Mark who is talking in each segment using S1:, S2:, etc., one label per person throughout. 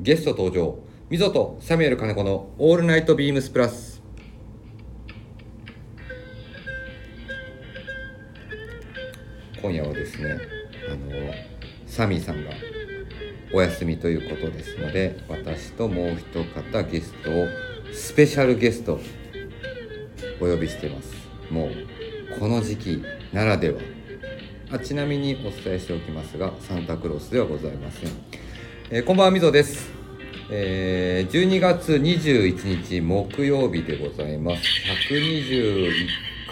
S1: ゲスト登場みぞとサミュエル金子の「オールナイトビームスプラス」今夜はですねあのサミーさんがお休みということですので私ともう一方ゲストをスペシャルゲストお呼びしてますもうこの時期ならではあちなみにお伝えしておきますがサンタクロースではございません、えーこんばんはみぞです、えー12月21日木曜日でございます121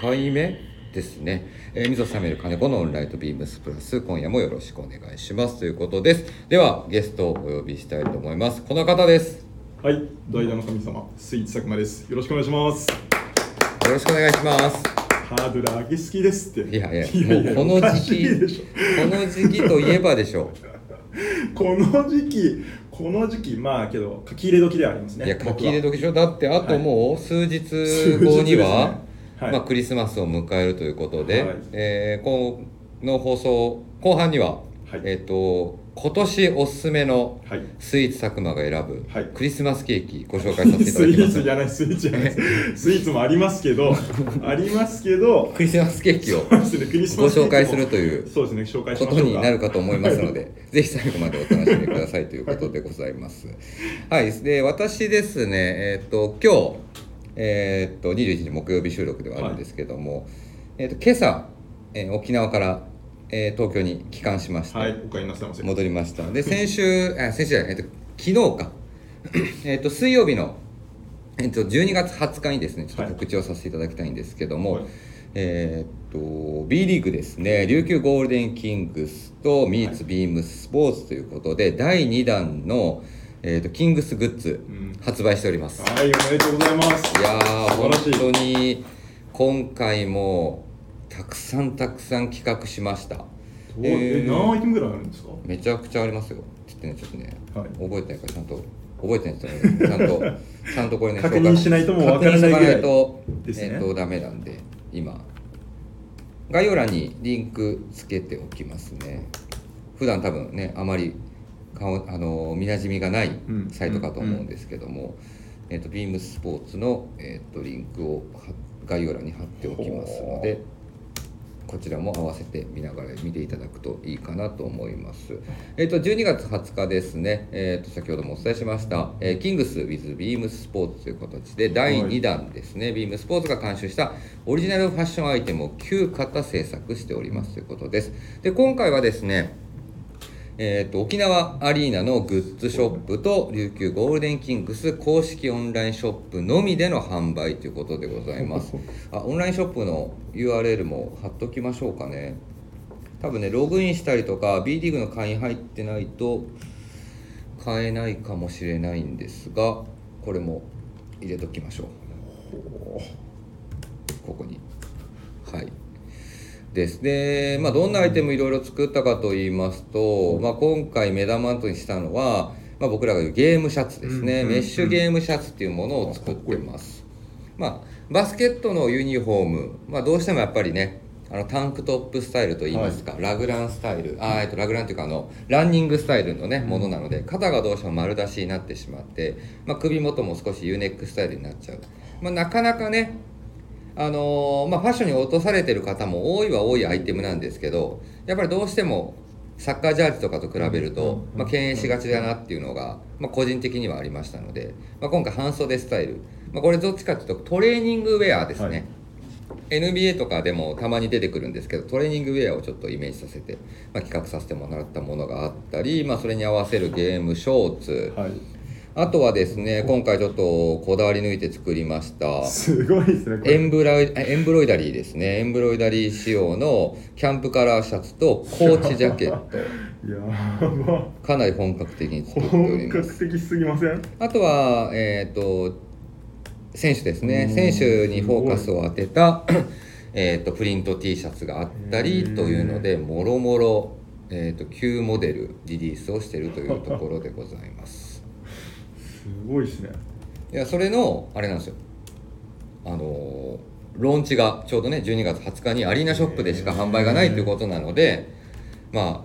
S1: 回目ですね、えー、みぞさめる金子のオンライトビームスプラス今夜もよろしくお願いしますということですではゲストをお呼びしたいと思いますこの方です
S2: はい、代打の神様、スイーツ佐久間です。よろしくお願いします。
S1: よろしくお願いします
S2: ハードル上げすぎですって。
S1: いやいやもうこ
S2: お
S1: の
S2: か
S1: 時
S2: し
S1: 期
S2: いでし
S1: この時期といえばでしょ
S2: ょこの時期、この時期、まあけど、書き入れ時ではあります
S1: う、
S2: ね。
S1: いや書き入れ
S2: 時。
S1: 時でしょだってあともう数日後には、
S2: 数日ですねはい
S1: まあ、クリスマスを迎えるということで、
S2: はい
S1: えーこの放送後半には、
S2: はい
S1: えっ、と今年おすすめの
S2: はい。
S1: スイーツ佐久間が選ぶ
S2: はい
S1: クリスマスケーキご紹介させてい た
S2: ス
S1: だ
S2: イ
S1: きま
S2: ー
S1: す、
S2: ツじゃない、スイーツじゃない。スイーツもあります けど、ありますけど、
S1: クリスマスケーキを
S2: そうですねクリス
S1: ご
S2: マスケーキも
S1: 紹介するという
S2: そうですね、紹介し
S1: こ
S2: ましょ
S1: と
S2: うか。
S1: になるかと思いますの で、ぜひ最後までお楽しみくださいということでございます。はい、で私ですね、えっ、と今日えっ、と21日木曜日収録ではあるんですけども、えっ、と今朝、えー沖縄から、えー東京に帰還しまして、
S2: はい、お帰りなさいませ。
S1: 戻りました。で先週あ先週じゃないえっ、と昨日か えっと水曜日のえっ、と12月20日にですねちょっと告知をさせていただきたいんですけども。
S2: はい
S1: えーっと B リーグですね琉球ゴールデンキングスとミーツビームススポーツということで、第2弾の、えーっとキングスグッズ
S2: うん
S1: 発売しております、
S2: はい、おめでとうございます。
S1: いやー
S2: 素晴
S1: 本
S2: らしい。
S1: 当に今回もたくさんたくさん企画しました
S2: どうえ
S1: えー
S2: 何アイテムぐらいあるんですか
S1: めちゃくちゃありますよちょっとねちょっとね、
S2: はい
S1: 覚えてないからちゃんと覚えてないですよねちゃんとちゃんとこれね
S2: 確認しないともうわからないぐらい
S1: 確認しと
S2: ですね
S1: えっ、とダメなんで今概要欄にリンクつけておきますね普段多分ねあまり顔あの見なじみがない
S2: ん
S1: サイトかと思うんですけども、えっ、とビームスポーツのえっ、とリンクを貼概要欄に貼っておきますのでこちらも合わせて見ながら見ていただくといいかなと思います。えっ、と12月20日ですね。えっ、と先ほどもお伝えしました、えーキングス with ビームススポーツという形で第2弾ですね。ビームスポーツが監修したオリジナルファッションアイテムを9型制作しておりますということです。で今回はですね。えー、と沖縄アリーナのグッズショップと琉球ゴールデンキングス公式オンラインショップのみでの販売ということでございますあオンラインショップの URL も貼っときましょうかね多分ねログインしたりとか B リーグの会員入ってないと買えないかもしれないんですがこれも入れときましょうここにはいですで、まあ、どんなアイテムいろいろ作ったかと言いますと、まあ、今回目玉としたのは、まあ、僕らが言うゲームシャツですね、
S2: うんうんうん
S1: メッシュゲームシャツっていうものを作ってますまあ、バスケットのユニフォーム、まあ、どうしてもやっぱりねあのタンクトップスタイルといいますか、ラグランスタイルあーえっとラグランというかあのランニングスタイルのねものなので肩がどうしても丸出しになってしまって、まあ、首元も少し U ネックスタイルになっちゃう、まあ、なかなかねあのーまあ、ファッションに落とされてる方も多いは多いアイテムなんですけどやっぱりどうしてもサッカージャージとかと比べると、まあ、敬遠しがちだなっていうのが、まあ、個人的にはありましたので、まあ、今回半袖スタイル、まあ、これどっちかっていうとトレーニングウェアですね、NBA とかでもたまに出てくるんですけどトレーニングウェアをちょっとイメージさせて、まあ、企画させてもらったものがあったり、まあ、それに合わせるゲームショーツ
S2: はい。
S1: あとはですね今回ちょっとこだわり抜いて作りました
S2: すごいですね、こ
S1: エ
S2: れ。
S1: ンブライエンブロイダリーですねエンブロイダリー仕様のキャンプカラーシャツとコーチジャケット
S2: やば。
S1: かなり本格的に作っており
S2: 本
S1: ます
S2: 格的すぎません
S1: あとはえっ、と選手ですね選手にフォーカスを当てたえーとプリント T シャツがあったりというのでもろもろえーと旧モデルリリースをしているというところでございます
S2: すごいですね
S1: いやそれのあれなんですよあのーローンチがちょうどね12月20日にアリーナショップでしか販売がないということなのでまあ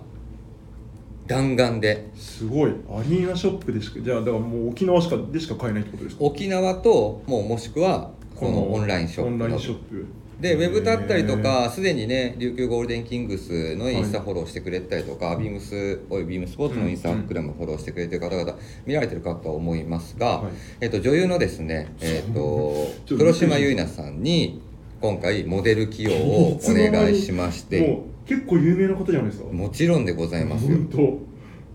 S1: 弾丸です
S2: ごいアリーナショップでしかじゃあだからもう沖縄しかでしか買えないってことですか
S1: 沖縄ともうもしくはこのオンラインショップ
S2: オン
S1: の
S2: ラインショップ
S1: でウェブだったりと
S2: へ
S1: かすでにね琉球ゴールデンキングスのインスタ
S2: はい
S1: フォローしてくれたりとか、ビームスおよびビームスポーツのインスタグラムフォローしてくれてる方々見られてるかとは思いますが、
S2: はい
S1: えっと、女優のですね、えっ
S2: ちょ
S1: と
S2: っと
S1: 黒島結菜さんに今回モデル起用をお願いしま して
S2: もう結構有名な方じゃないですか
S1: もちろんでございますよ
S2: 本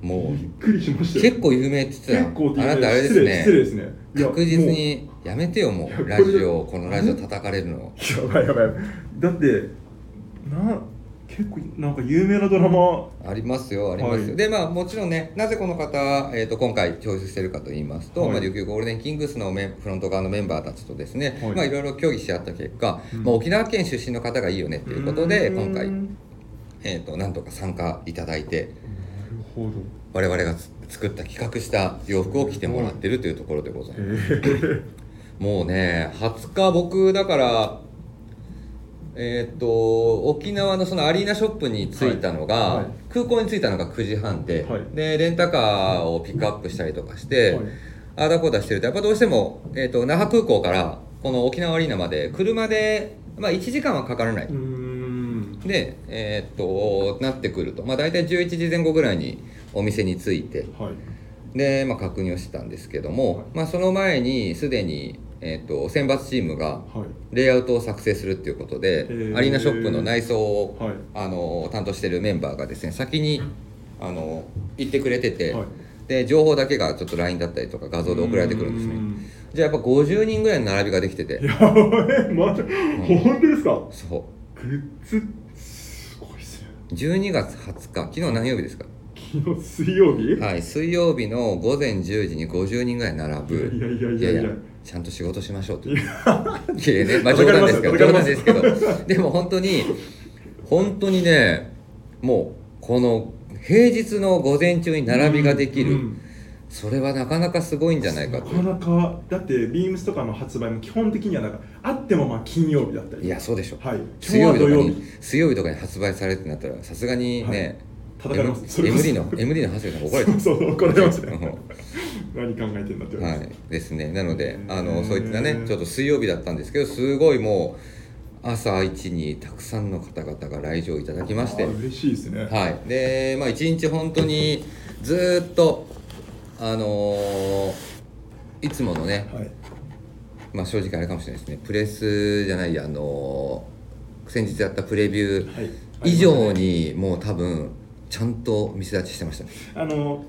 S2: 当
S1: も
S2: びっくりしま
S1: う
S2: したよ
S1: 結構有名って言って
S2: 結
S1: たの
S2: 構って
S1: あ
S2: 言う
S1: な
S2: ね
S1: たあれです
S2: 失礼
S1: ね
S2: 失礼ですねいや
S1: 確実にやめてよも
S2: いや
S1: う
S2: これ
S1: ラジオこのラジオ叩かれるの
S2: もうやばいやばいやばいだってな結構なんか有名なドラマ
S1: ありますよありますよ、
S2: はい
S1: でまあもちろんねなぜこの方、えー、と今回調出してるかと言いますと、
S2: はい
S1: まあ、琉球ゴールデンキングスのメンフロント側のメンバーたちとですね、
S2: はい
S1: まあ、いろいろ協議し合った結果、
S2: うん
S1: まあ、沖縄県出身の方がいいよねということで
S2: うーん
S1: 今回、
S2: なる
S1: えー、となんとか参加いただいて
S2: ほど
S1: 我々がつ作った企画した洋服を着てもらってるというところでございます、
S2: え
S1: もうね20日僕だからえーっと沖縄のそのアリーナショップに着いたのが、
S2: はいはい
S1: 空港に着いたのが9時半で、
S2: はい
S1: でレンタカーをピックアップしたりとかし
S2: え
S1: て、あーだこーだしてるとやっぱどうしても、えーっと那覇空港からこの沖縄アリーナまで車で、まあ、1時間はかからないう
S2: ーん
S1: で、えーっとなってくると、まあ、大体11時前後ぐらいにお店に着いて
S2: はい
S1: で、まあ、確認をしてたんですけども、
S2: はい
S1: まあ、その前にすでに、えー、と選抜チームが
S2: はい
S1: レイアウトを作成するっていうことで、
S2: ー
S1: アリーナショップの内装を、
S2: はい
S1: あの担当してるメンバーがですね先にあの行ってくれてて、
S2: はい
S1: で情報だけがちょっと LINE だったりとか画像で送られてくるんです
S2: うー
S1: ねじゃあやっぱ50人ぐらいの並びができてて
S2: やばいまた、本当ですか
S1: そ
S2: グッズすごいっすね
S1: う12月20日昨日何曜日ですか
S2: 昨日水曜日、
S1: はい水曜日の午前10時に50人ぐらい並ぶ
S2: いやいやいやいや
S1: ちゃんと仕事しましょうと
S2: い
S1: い
S2: や
S1: やねまあ冗
S2: 叩かれ
S1: 談
S2: ま
S1: ですすけど冗
S2: 叩かれま
S1: 談で
S2: す
S1: すけどでも本当に本当にねもうこの平日の午前中に並びができる、
S2: うんうん
S1: それはなかなかすごいんじゃないか
S2: な
S1: と
S2: かなかだってビームスとかの発売も基本的にはなんかあってもまあ金曜日だったり
S1: いやそうでしょ
S2: はい
S1: 水曜日とか
S2: 今日は
S1: に水曜日とかに発売されるってなったらさすがにね、
S2: 叩かれます
S1: M-
S2: こ
S1: MD の MD の長谷さんが怒られて
S2: そうそう怒られますね
S1: うん
S2: 何考えてんだって言
S1: は
S2: われます、
S1: い、ですねなので
S2: へー
S1: あのそういったねちょっと水曜日だったんですけどすごいもう朝一にたくさんの方々が来場いただきまして
S2: あー嬉しいですね
S1: はいでまあ一日本当にずーっとあのーいつものね、
S2: はい
S1: まあ、正直あれかもしれないですねプレスじゃないあのー先日やったプレビュ
S2: はい
S1: ー以上にもう多分ちゃんと見せ立ちしてましたね
S2: あの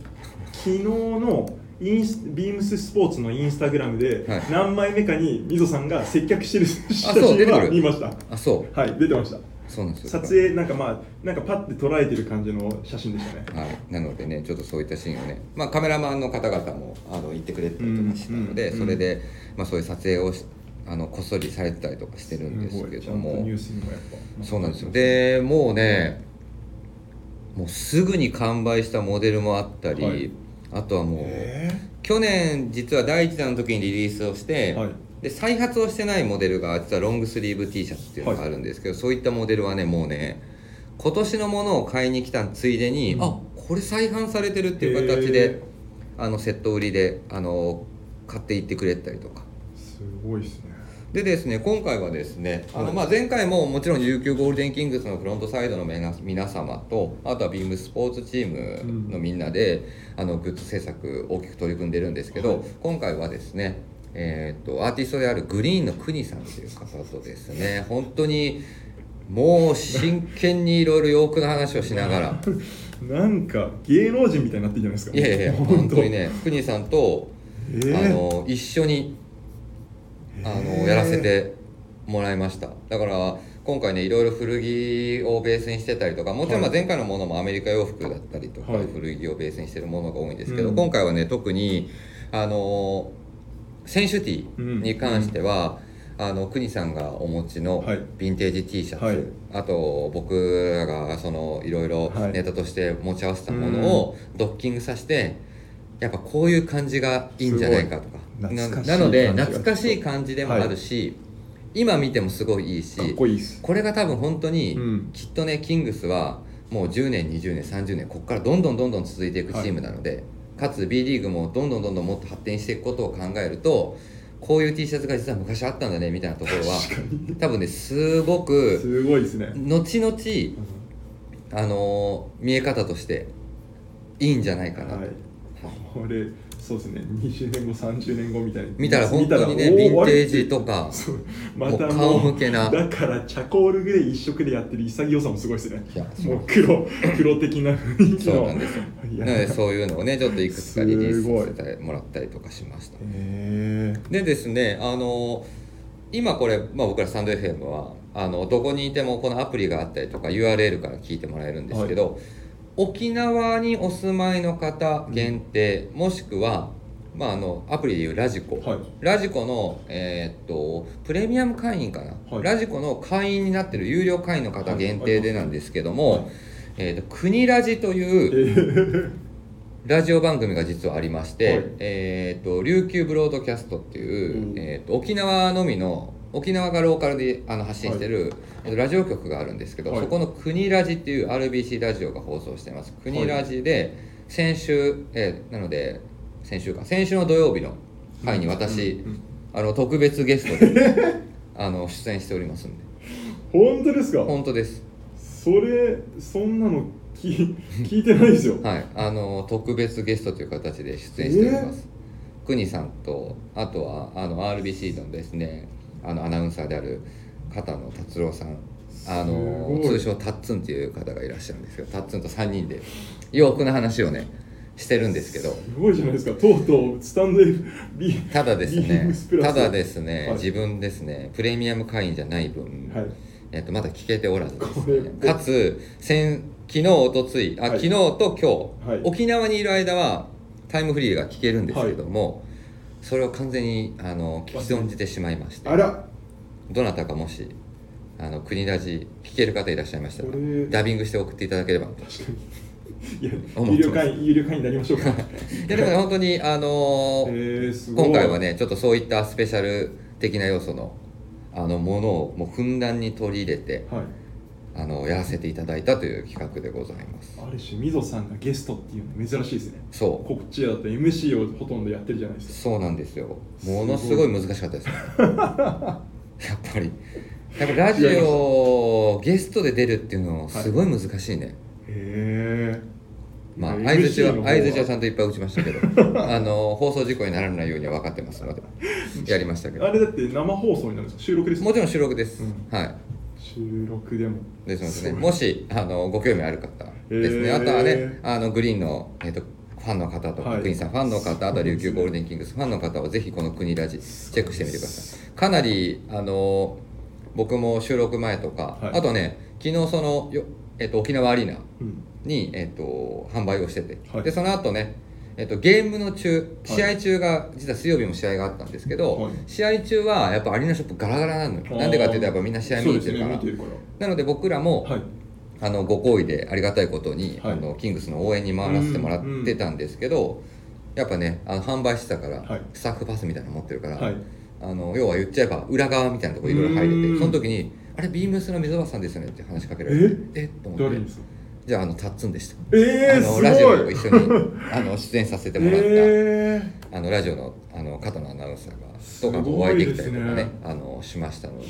S2: 昨日のインスビームススポーツのインスタグラムで、
S1: はい
S2: 何枚目かにみぞさんが接客してる写
S1: そう出て
S2: 真
S1: く
S2: は
S1: る
S2: 見ました
S1: あそう
S2: はい出てました
S1: そうなんですよ
S2: 撮影なんかまあなんかパッて捉えてる感じの写真でしたね
S1: はい、なのでねちょっとそういったシーンをね、まあ、カメラマンの方々もあの行ってくれたりとかしたので、
S2: うんうん
S1: それで、まあ、そういう撮影をしあのこっそりされてたりとかしてるんですけ
S2: ごいち
S1: ど
S2: ゃんと
S1: も
S2: ニュースにもやっぱ
S1: そうなんですよでもうねもうすぐに完売したモデルもあったり、
S2: はい
S1: あとはもう、
S2: え
S1: 去年実は第1弾の時にリリースをして、
S2: はい
S1: で再発をしてないモデルが実はロングスリーブ T シャツっていうのがあるんですけど、そういったモデルはねもうね今年のものを買いに来たついでに、
S2: うん
S1: あこれ再販されてるっていう形で
S2: へ
S1: あのセット売りであの買っていってくれたりとか
S2: ーすごいですね
S1: でですね今回はですねあの、
S2: はい
S1: まあ、前回ももちろん琉球ゴールデンキングスのフロントサイドの皆皆様とあとはビームスポーツチームのみんなで、あのグッズ制作大きく取り組んでるんですけど、
S2: はい
S1: 今回はですねえー、とアーティストであるグリーンの国さんという方とですね本当にもう真剣にいろいろ洋服の話をしながら
S2: なんか芸能人みたいになってるじゃないですか
S1: いやいやいや本当にね国さんと、
S2: えー
S1: あの一緒にあ
S2: へ
S1: の
S2: ー
S1: やらせてもらいましただから今回ねいろいろ古着をベースにしてたりとかもちろんまあ
S2: はい
S1: 前回のものもアメリカ洋服だったりとか、
S2: はい
S1: 古着をベースにしてるものが多いんですけど、
S2: うん
S1: 今回はね特にあの選手ティーに関しては、あの国さんがお持ちの
S2: はい
S1: ヴィンテージ T シャツ、
S2: はい
S1: あと僕らがそのいろいろ
S2: はい
S1: ネタとして持ち合わせたものをドッキングさせてやっぱこういう感じがいいんじゃないかとか
S2: すごい
S1: な
S2: 懐かしい
S1: なので
S2: 感じが
S1: 懐かしい感じでもあるし、今見てもすごいいいし
S2: かっこいいっす
S1: これが多分本当に、
S2: うん
S1: きっとねキングスはもう10年20年30年ここからどんどんどんどん続いていくチームなので、かつ B リーグもどんどんどんどんもっと発展していくことを考えるとこういう T シャツが実は昔あったんだねみたいなところは多分ねすごく
S2: すごいですね、
S1: 後々あのー見え方としていいんじゃないかなと、
S2: はいこれそうですね20年後30年後みたいに
S1: 見たら本当にね
S2: 見
S1: ヴ
S2: たら
S1: ィ
S2: お
S1: ン
S2: ー
S1: テージとか
S2: そうま
S1: もう
S2: た
S1: 顔
S2: もう
S1: 向けな
S2: だからチャコールグレー一色でやってる潔さもすごいですね
S1: いやそ
S2: も
S1: う
S2: う黒黒的な雰囲気
S1: そう
S2: の
S1: なんですよ
S2: い
S1: な
S2: や
S1: のでそういうのをねちょっといくつかリリースさせてもらったりとかしました
S2: へー
S1: でですねあの今これ、まあ、僕らサンド FM はあのどこにいてもこのアプリがあったりとか URL から聞いてもらえるんですけど、沖縄にお住まいの方限定、もしくは、まあ、あのアプリでいうラジコ、
S2: はい
S1: ラジコの、えーっとプレミアム会員かな、
S2: はい
S1: ラジコの会員になってる有料会員の方限定でなんですけども、
S2: はいはい
S1: えーっと国ラジという、ラジオ番組が実はありまして、
S2: はい
S1: えー、と琉球ブロードキャストっていう、
S2: うん
S1: えー、と沖縄のみの沖縄がローカルであの発信してる、えーとラジオ局があるんですけど、
S2: はい
S1: そこの「国ラジ」っていう RBC ラジオが放送してます国ラジで先週、えーなので先週か先週の土曜日の回に私、
S2: うんうん
S1: あの特別ゲストで あの出演しておりますんで
S2: 本当ですか
S1: 本当です
S2: それそんなの聞聞いてないですよ
S1: はい、あの特別ゲストという形で出演しております。くにさんとあとはあの RBC のですねあのアナウンサーである片野達郎さんあの
S2: すご
S1: 通
S2: い
S1: 称タッツンという方がいらっしゃるんですけどタッツンと3人で洋服の話をねしてるんですけど
S2: すごいじゃないですかとうとうスタンド F ビー
S1: ただです
S2: ビー
S1: ね
S2: ムスプラス
S1: ただですね、
S2: はい
S1: 自分ですねプレミアム会員じゃない分、
S2: はい
S1: えっと、まだ聞けておらずです、ね
S2: こ、れ
S1: かつ先昨日おとついあ、
S2: はい
S1: 昨日と今日、
S2: はい
S1: 沖縄にいる間はタイムフリーが聞けるんですけども、それを完全にあの聞き損じてしまいまして
S2: あら
S1: どなたかもしあの国ラジ聞ける方いらっしゃいましたら
S2: これ
S1: ダビングして送っていただければと
S2: 確かにいや
S1: 思って
S2: 有料
S1: ます
S2: 会員有料会員になりま しょうか
S1: いやでもね本当にあの
S2: え
S1: ー
S2: ー、すごい
S1: 今回はねちょっとそういったスペシャル的な要素のあのものをもうふんだんに取り入れて
S2: はい
S1: あのやらせていただいたという企画でございます
S2: ある種みぞさんがゲストっていうの珍しいですね
S1: そう
S2: こっちだと MC をほとんどやってるじゃないです
S1: そうなんですよ
S2: す
S1: も
S2: ごい
S1: のすごい難しかった ですねやっぱりやっぱラジオゲストで出るっていうのすごい難しいね、
S2: かへえ
S1: まあ相づちは相づちはち
S2: ん
S1: ゃんといっぱい打ちましたけ どあの放送事故にならないようには分かってますのでやりましたけど
S2: あれだって生放送になるんですか収録ですか
S1: もちろん収録です、
S2: うん
S1: はい
S2: 収録でも
S1: ですのでね
S2: そう
S1: もしあのご興味ある方ですね、
S2: へー
S1: あとはねあのグリーンの、えっとファンの方とか、
S2: はい
S1: クイーンさんファンの方あとは琉球ゴールデンキングスファンの方はぜひこの国ラジチェックしてみてくださいかなりあの僕も収録前とか、
S2: はい
S1: あとね昨日そのよ、えっと沖縄アリーナ
S2: うん
S1: に、えっと販売をしてて、
S2: はい
S1: でその後ねえっと、ゲームの中試合中が、実は水曜日も試合があったんですけど、
S2: はい
S1: 試合中はやっぱアリーナショップガラガラなのよなんでかっていうとやっぱみんな試合見に行ってるか
S2: そ
S1: ら、
S2: うですね見てる
S1: なので僕らも、
S2: からはい
S1: あのご好意でありがたいことに、
S2: はい
S1: あのキングスの応援に回らせてもらってたんですけど、やっぱねあの販売してたから、
S2: はい
S1: スタッフパスみたいなの持ってるから、
S2: はい
S1: あの要は言っちゃえば裏側みたいなとこいろいろ入れ
S2: う
S1: て
S2: ん
S1: その時に「あれビームスの溝端さんですよね」って話しかけられてえっと思っ
S2: 誰
S1: て
S2: ですか
S1: じゃああのタッツンでした、
S2: え
S1: あ
S2: ー、
S1: の
S2: す
S1: ラジオ
S2: ご
S1: を
S2: い
S1: 一緒にあの出演させてもらった、
S2: えー
S1: あのラジオのあの片野アナウンサーが
S2: す
S1: と
S2: ごい
S1: かお会いできたりとかね
S2: ですね
S1: あのしましたのでい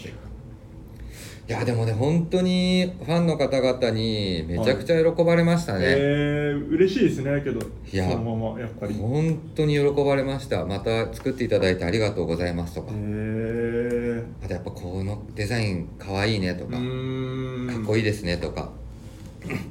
S1: やでもね本当にファンの方々にめちゃくちゃ喜ばれましたね、
S2: えー、嬉しいですねけど
S1: いや
S2: そのままやっぱり
S1: 本当に喜ばれましたまた作っていただいてありがとうございますとか、
S2: えー、
S1: あとやっぱこのデザインかわいいねと
S2: う
S1: か、
S2: ーん
S1: かっこ
S2: い
S1: いいですねとか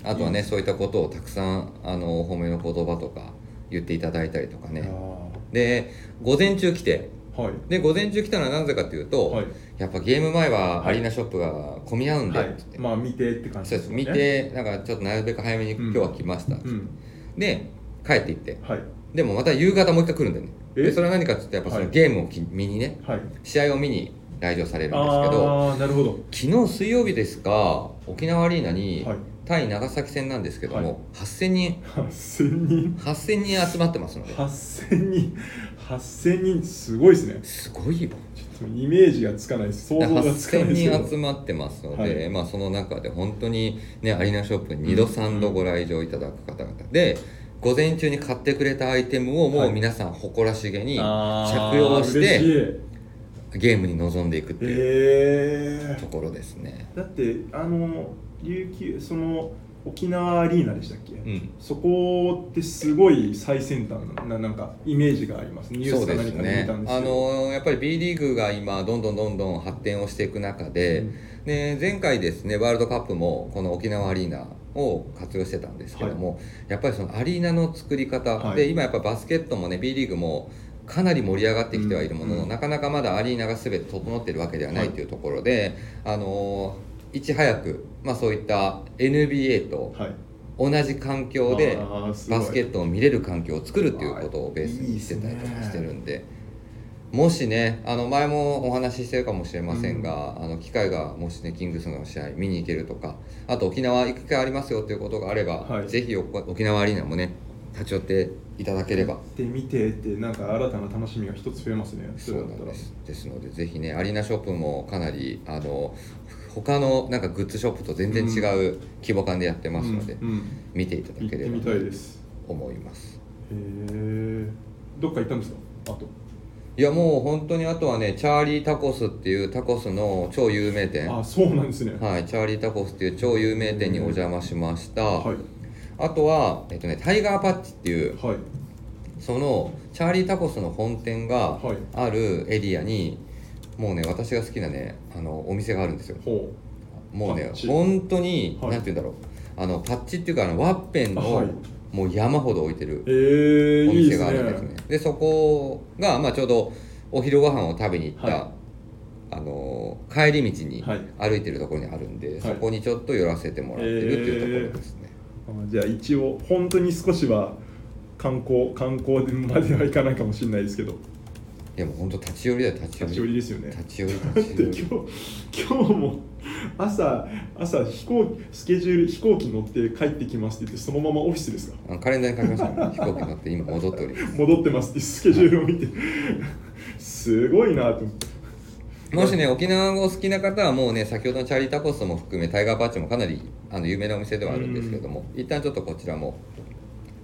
S1: あとはねそういったことをたくさんあのお褒めの言葉とか言っていただいたりとかね
S2: は
S1: で午前中来て
S2: い
S1: で午前中来たのはなぜかというと、
S2: はい
S1: やっぱゲーム前は
S2: はい
S1: アリーナショップが混み合うんで、
S2: はい
S1: つって、
S2: まあ見てって感じ
S1: そうです見てなんかちょっとなるべく早めに
S2: う
S1: 今
S2: ん
S1: 日は来ました、
S2: うん
S1: で帰って行って
S2: はい
S1: でもまた夕方もう一回来るんだよね
S2: え
S1: でそれは何かって言ったらやっぱその
S2: はい
S1: ゲームをき見にね
S2: はい
S1: 試合を見に来場されるんですけど
S2: ああなるほど
S1: 昨日水曜日ですか沖縄アリーナに
S2: はい
S1: 対長崎戦なんですけども、
S2: はい
S1: 8000人
S2: 8000人
S1: 8000人集まってますので
S2: 8000人8000人すごいですね
S1: すごいよ
S2: ちょっとイメージがつかないです想像がつかない
S1: 8000
S2: ですけど
S1: 人集まってますので、
S2: はい
S1: まあ、その中で本当に、ね、アリーナショップに2度3度ご来場いただく方々で午前中に買ってくれたアイテムをも
S2: は
S1: う
S2: い
S1: 皆さん誇らしげに
S2: あー
S1: 着用して
S2: 嬉い
S1: ゲームに臨んでいくっていう
S2: え
S1: ところですね。
S2: ー、だってあの琉球その沖縄アリーナでしたっけ、
S1: うん
S2: そこってすごい最先端ななんかイメージがありますニュー
S1: そう
S2: スか
S1: で
S2: 何
S1: す
S2: かで見
S1: ね
S2: たんです
S1: あ
S2: けど
S1: のやっぱり B リーグが今どんどんどんどん発展をしていく中で、
S2: うん
S1: ね、前回ですねワールドカップもこの沖縄アリーナを活用してたんですけども、やっぱりそのアリーナの作り方、
S2: はい
S1: で今やっぱバスケットもね B リーグもかなり盛り上がってきてはいるものの、
S2: うん
S1: なかなかまだアリーナが全て整っているわけではない
S2: はい
S1: というところで、あのいち早く、まあ、そういった NBA と
S2: はい
S1: 同じ環境で
S2: バス
S1: バスケ
S2: ト
S1: ットを見れる環境を作るっていうことをベースにしてたりとかしてるんでもしねあの前もお話ししてるかもしれませんが、あの機会がもしねキングスの試合見に行けるとかあと沖縄行く機会ありますよっていうことがあれば、
S2: はい
S1: ぜひおこ沖縄アリーナもね立ち寄っていただければ。
S2: で見てってなんか新たな楽しみが一つ増えますね
S1: そう
S2: れだっ
S1: な
S2: た
S1: ん
S2: ら
S1: ですですのでぜひねアリーナショップもかなりあの他のなんかグッズショップと全然違う規模感でやってますので、
S2: うんうん
S1: 見ていただ
S2: 行っ
S1: け
S2: て
S1: れば
S2: みたいです
S1: と思います。
S2: へえどっか行ったんですかあと
S1: いやもう本当にあとはねチャーリータコスっていうタコスの超有名店
S2: あそうなんですね
S1: はいチャーリータコスっていう超有名店にお邪魔しました、
S2: はい
S1: あとは、えっとね、タイガーパッチっていう
S2: はい
S1: そのチャーリータコスの本店が
S2: はい
S1: あるエリアにもうね私が好きなねあのお店があるんですよ
S2: ほ
S1: もうね
S2: パッチ
S1: 本当に、
S2: はい
S1: なんて言うんだろうあのパッチっていうかあのワッペンの、
S2: はい
S1: もう山ほど置いてる
S2: うへえ
S1: お
S2: いい
S1: 店
S2: です
S1: があるんですね
S2: ね
S1: でそこが、まあ、ちょうどお昼ご飯を食べに行った、
S2: は
S1: あのー帰り道に
S2: はい
S1: 歩いてるところにあるんで、
S2: い
S1: そこにちょっと寄らせてもらってるっていうところですね、
S2: あじゃあ一応本当に少しは観光観光まではいかないかもしれないですけど
S1: いやもう本当立ち寄りだよ立ち寄
S2: 立ち寄
S1: り
S2: りですよね
S1: 立ち寄り
S2: だ
S1: 立
S2: って
S1: ち
S2: 今
S1: 寄
S2: 日
S1: り
S2: 今日も朝朝飛行スケジュール飛行機乗って帰ってきますって言ってそのままオフィスですか
S1: あのカレンダーに書きましたね飛行機乗って今戻っております
S2: 戻ってますってスケジュールを見てすごいなと思って
S1: もしね沖縄がお好きな方はもうね先ほどのチャーリータコスも含めタイガーパッチもかなりあの有名なお店ではあるんですけども一旦ちょっとこちらも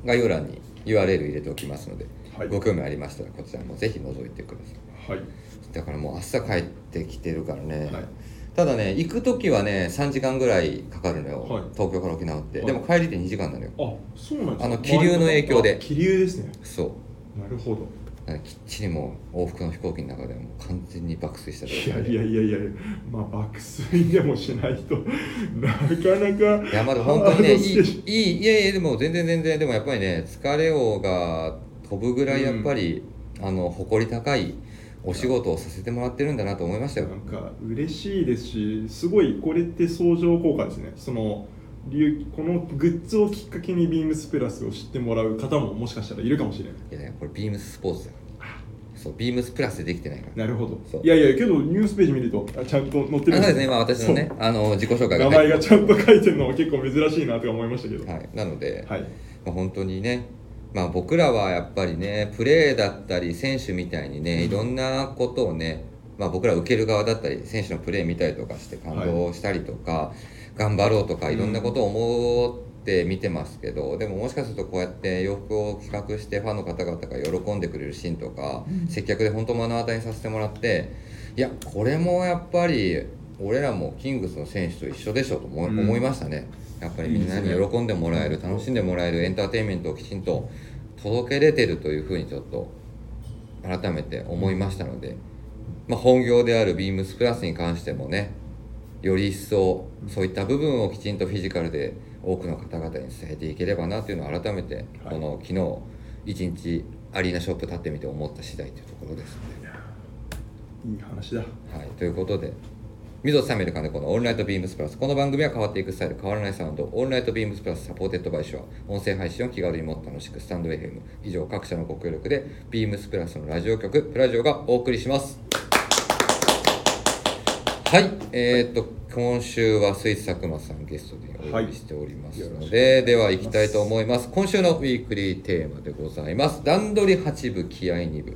S1: 概要欄に URL 入れておきますので、
S2: はい
S1: ご興味ありましたらこちらもぜひ覗いてください
S2: はい
S1: だからもう朝帰ってきてるからね、
S2: はい
S1: ただね行く時はね3時間ぐらいかかるのよ、
S2: はい
S1: 東京から沖縄って、
S2: はい
S1: でも帰りで2時間なのよ
S2: あそうなんですか
S1: あの気流の影響で
S2: あ気流ですね
S1: そう
S2: なるほど
S1: だからきっちりもう往復の飛行機の中でもう完全に爆睡した
S2: いや
S1: 状態で
S2: いやいやいやまあ爆睡でもしないとなかなか
S1: いやまだ本当にね
S2: ハード
S1: い
S2: ル
S1: いいいいやいやでも全然全然でもやっぱりね疲れをが飛ぶぐらいやっぱり、あの誇り高いお仕事をさせてもらってるんだなと思いましたよ
S2: なんか嬉しいですしすごいこれって相乗効果ですねその流このグッズをきっかけにビームスプラスを知ってもらう方ももしかしたらいるかもしれない
S1: いやねこれビームススポーツだからそうビームスプラスでできてないから
S2: なるほど
S1: そう
S2: いやいやけどニュースページ見るとあちゃんと載ってる
S1: あそうですね、まあ、私のねあの自己紹
S2: そ
S1: 介
S2: う
S1: が入
S2: 名前
S1: っ
S2: がちゃんと書いてるのは結構珍しいなとか思いましたけど
S1: てはい、なので、
S2: はい
S1: まあ、本当にね、まあ、僕らはやっぱりねプレーだったり選手みたいにねいろんなことをね、まあ、僕ら受ける側だったり選手のプレー見たりとかして感動したりとか、頑張ろうとか
S2: うん
S1: いろんなことを思って見てますけど、でももしかするとこうやって洋服を企画してファンの方々が喜んでくれるシーンとか、接客で本当目の当たりにさせてもらっていやこれもやっぱり俺らもキングスの選手と一緒でしょと思,、
S2: うん
S1: 思いましたねやっぱりみんなに喜んでもらえる楽しんでもらえるエンターテインメントをきちんと届けれてるというふうにちょっと改めて思いましたので、まあ、本業であるビームスプラスに関してもねより一層そういった部分をきちんとフィジカルで多くの方々に伝えていければなというのを改めて
S2: はい
S1: この昨日一日アリーナショップ立ってみて思った次第というところですね。
S2: いい話だ
S1: はい、ということで水戸冷める金子のオールナイトビームスプラスこの番組は変わっていくスタイル変わらないサウンドオールナイトビームスプラスサポーテッドバイショア音声配信を気軽にもっと楽しくスタンド FM 以上各社のご協力でビームスプラスのラジオ局プラジオがお送りしますはい、えー、っと今週は水佐久間さんゲストでお呼びしておりますので、では行きたいと思います今週のウィークリーテーマでございます段取り8部気合2部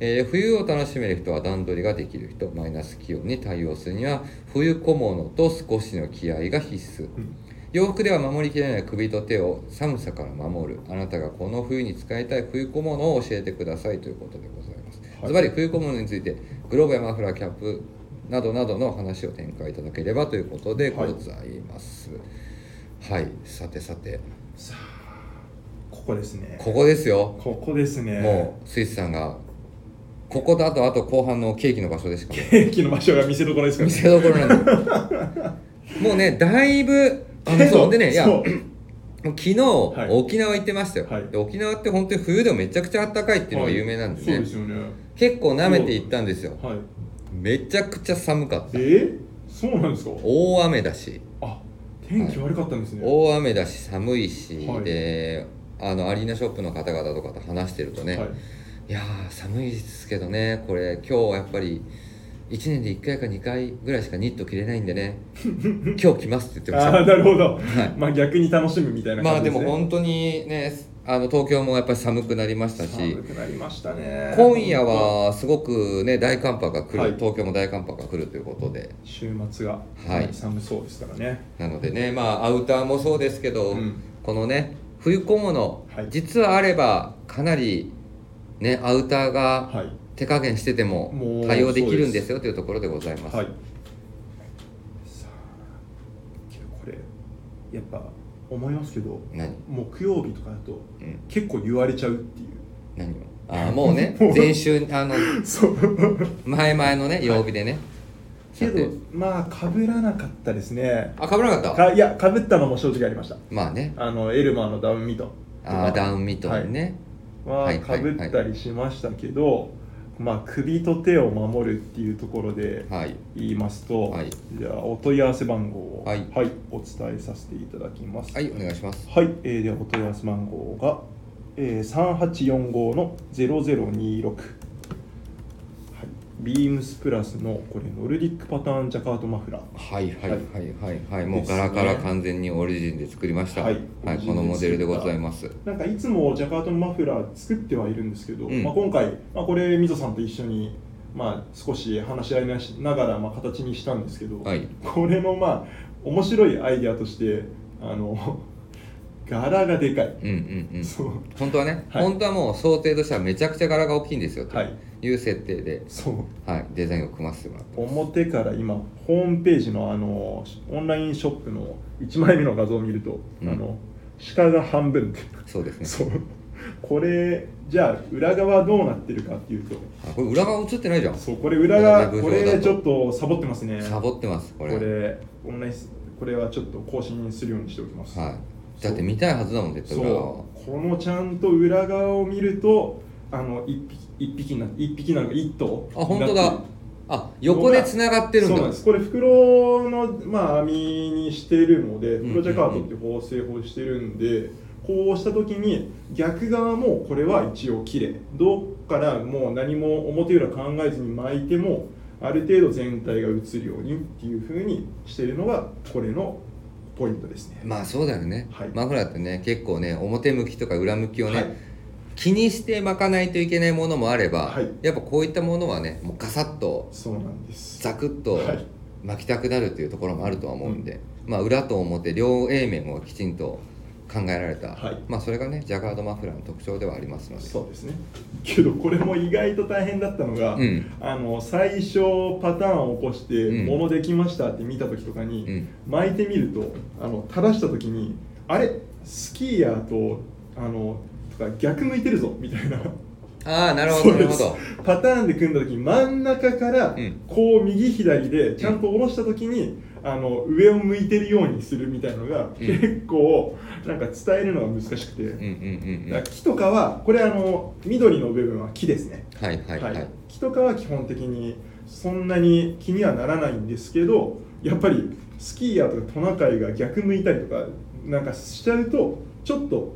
S1: えー冬を楽しめる人は段取りができる人マイナス気温に対応するには冬小物と少しの気合が必須、
S2: ん
S1: 洋服では守りきれない首と手を寒さから守るあなたがこの冬に使いたい冬小物を教えてくださいということでございます
S2: はい
S1: ズバリ冬小物についてグローブやマフラーキャップなどなどの話を展開いただければということでございますはい、さてさて
S2: さあここですね
S1: ここですよ
S2: ここですね
S1: もうスイスさんがこことあとあと後半のケーキの場所でしかも
S2: ケーキの場所が見せ所ですから
S1: 見
S2: ね
S1: せどころなんだよ もうねだいぶ あの
S2: けど
S1: そうでねいや
S2: そう
S1: もう昨日、
S2: い
S1: 沖縄行ってましたよ、
S2: はい
S1: で沖縄って本当に冬でもめちゃくちゃ暖かいっていうのが有名なんでね、
S2: はいそうですよね
S1: 結構舐めて行ったんですよ
S2: はい
S1: めちゃくちゃ寒かった
S2: えそうなんですか
S1: 大雨だし
S2: あ天気悪かったんですね、
S1: 大雨だし寒いし、
S2: はい
S1: であのアリーナショップの方々とかと話してるとね、
S2: はい
S1: い、やー寒いですけどねこれ今日はやっぱり1年で1回か2回ぐらいしかニット着れないんで ね今日来ますって言ってました
S2: ああなるほど、
S1: はい
S2: まあ逆に楽しむみたいな
S1: まあ
S2: 感
S1: で
S2: じです、
S1: も
S2: ね、
S1: 本当にねあの東京もやっぱり寒くなりましたし
S2: 寒くなりましたね
S1: 今夜はすごくね大寒波が来る、
S2: はい
S1: 東京も大寒波が来るということで
S2: 週末が
S1: はい
S2: 寒そうですからね、
S1: なのでねまあアウターもそうですけど、
S2: うん
S1: このね冬小物、
S2: はい
S1: 実はあればかなりねアウターが
S2: はい
S1: 手加減してても
S2: もう
S1: 対応できるんですよというところでございます、
S2: はいさあけどこれやっぱ思いますけど
S1: 何
S2: 木曜日とかだと
S1: うん
S2: 結構言われちゃうっていう
S1: 何をああもうね
S2: もう
S1: 前週あの
S2: そう
S1: 前々のね曜日でね、
S2: け
S1: さて
S2: どまあかぶらなかったですね
S1: あかぶらなかった
S2: かいやかぶったのも正直ありました
S1: まあね
S2: あのエルマーのダウンミート
S1: あーダウンミートンね、は
S2: はいい、
S1: は
S2: か
S1: い
S2: ぶったりしましたけど、まあ首と手を守るっていうところで
S1: はい
S2: 言いますと、
S1: はい
S2: じゃあお問い合わせ番号を、
S1: はい
S2: お伝えさせていただきます
S1: はい、お願いします
S2: はい、えーではお問い合わせ番号が、えー、3845の0026、はい、ビームスプラスのこれノルディックパターンジャカートマフラー
S1: はいはいは
S2: はいい
S1: はいはいもう
S2: です
S1: ガ
S2: ね
S1: ラガラ完全にオリジンで作りましたは
S2: はいい、
S1: このモデルでございます
S2: なんかいつもジャカートのマフラー作ってはいるんですけど、
S1: うん
S2: まあ、今回、まあ、これみぞさんと一緒に、まあ、少し話し合いなしながら、まあ、形にしたんですけど、
S1: はい
S2: これのまあ面白いアイデアとしてあの 柄がでかい、
S1: うんうんうん
S2: そう
S1: 本当はね、
S2: はい
S1: 本当はもう想定としてはめちゃくちゃ柄が大きいんですよと
S2: はい
S1: いう設定で、
S2: そう
S1: はい、デザインを組ませてもらってます
S2: 表から今ホームページのあのオンラインショップの1枚目の画像を見ると、
S1: うん
S2: あの鹿が半分って
S1: そうですね
S2: そうこれじゃあ裏側どうなってるかっていうと
S1: あこれ裏側映ってないじゃん
S2: そうこれ裏側
S1: ウェブ
S2: こ
S1: 上だと
S2: れちょっとサボってますね
S1: サボってますこ
S2: こ
S1: れ
S2: れオンラインスこれはちょっと更新するようにしておきます、
S1: はい、だって見たいはずだもん絶対
S2: そう
S1: 裏側は
S2: このちゃんと裏側を見るとあの一匹一匹な一匹なのか一頭
S1: あ本当だあ横でつながってるんだ
S2: そうなんですこれ袋の、まあ、網にしてるので
S1: うん
S2: 袋ジャカートって縫製法してるんで、こうした時に逆側もこれは一応綺麗どっからもう何も表裏考えずに巻いてもある程度全体が映るようにっていう風にしてるのがこれのポイントですね。
S1: まあそうだよね、
S2: はい
S1: マフラーってね結構ね表向きとか裏向きをね、
S2: はい
S1: 気にして巻かないといけないものもあれば、
S2: はい
S1: やっぱこういったものはねもうガサッと
S2: そうなんです。
S1: ザクッと
S2: はい
S1: 巻きたくなるっていうところもあるとは思うんで、まあ裏と表両 A 面をきちんと考えられた、
S2: はい
S1: まあそれがねジャガードマフラーの特徴ではありますので
S2: そうですね。けどこれも意外と大変だったのが、
S1: うん
S2: あの最初パターンを起こして
S1: うん
S2: 物できましたって見た時とかに、
S1: うん
S2: 巻いてみるとあの垂らした時にあれスキーヤーとあのとか逆向いてるぞみたいな。
S1: ああなるほ
S2: そ
S1: ど
S2: う
S1: なる
S2: で
S1: ほ
S2: す
S1: ど
S2: パターンで組んだ時真ん中から
S1: うん
S2: こう右左でちゃんと下ろした時に、あの上を向いてるようにするみたいのが結構なんか伝えるのが難しくて、
S1: うんうんうんうん
S2: だから木とかはこれあの緑の部分は木ですね、
S1: はいはいはい、
S2: 木とかは基本的にそんなに気にはならないんですけどやっぱりスキーヤーとかトナカイが逆向いたりとかなんかしちゃうとちょっと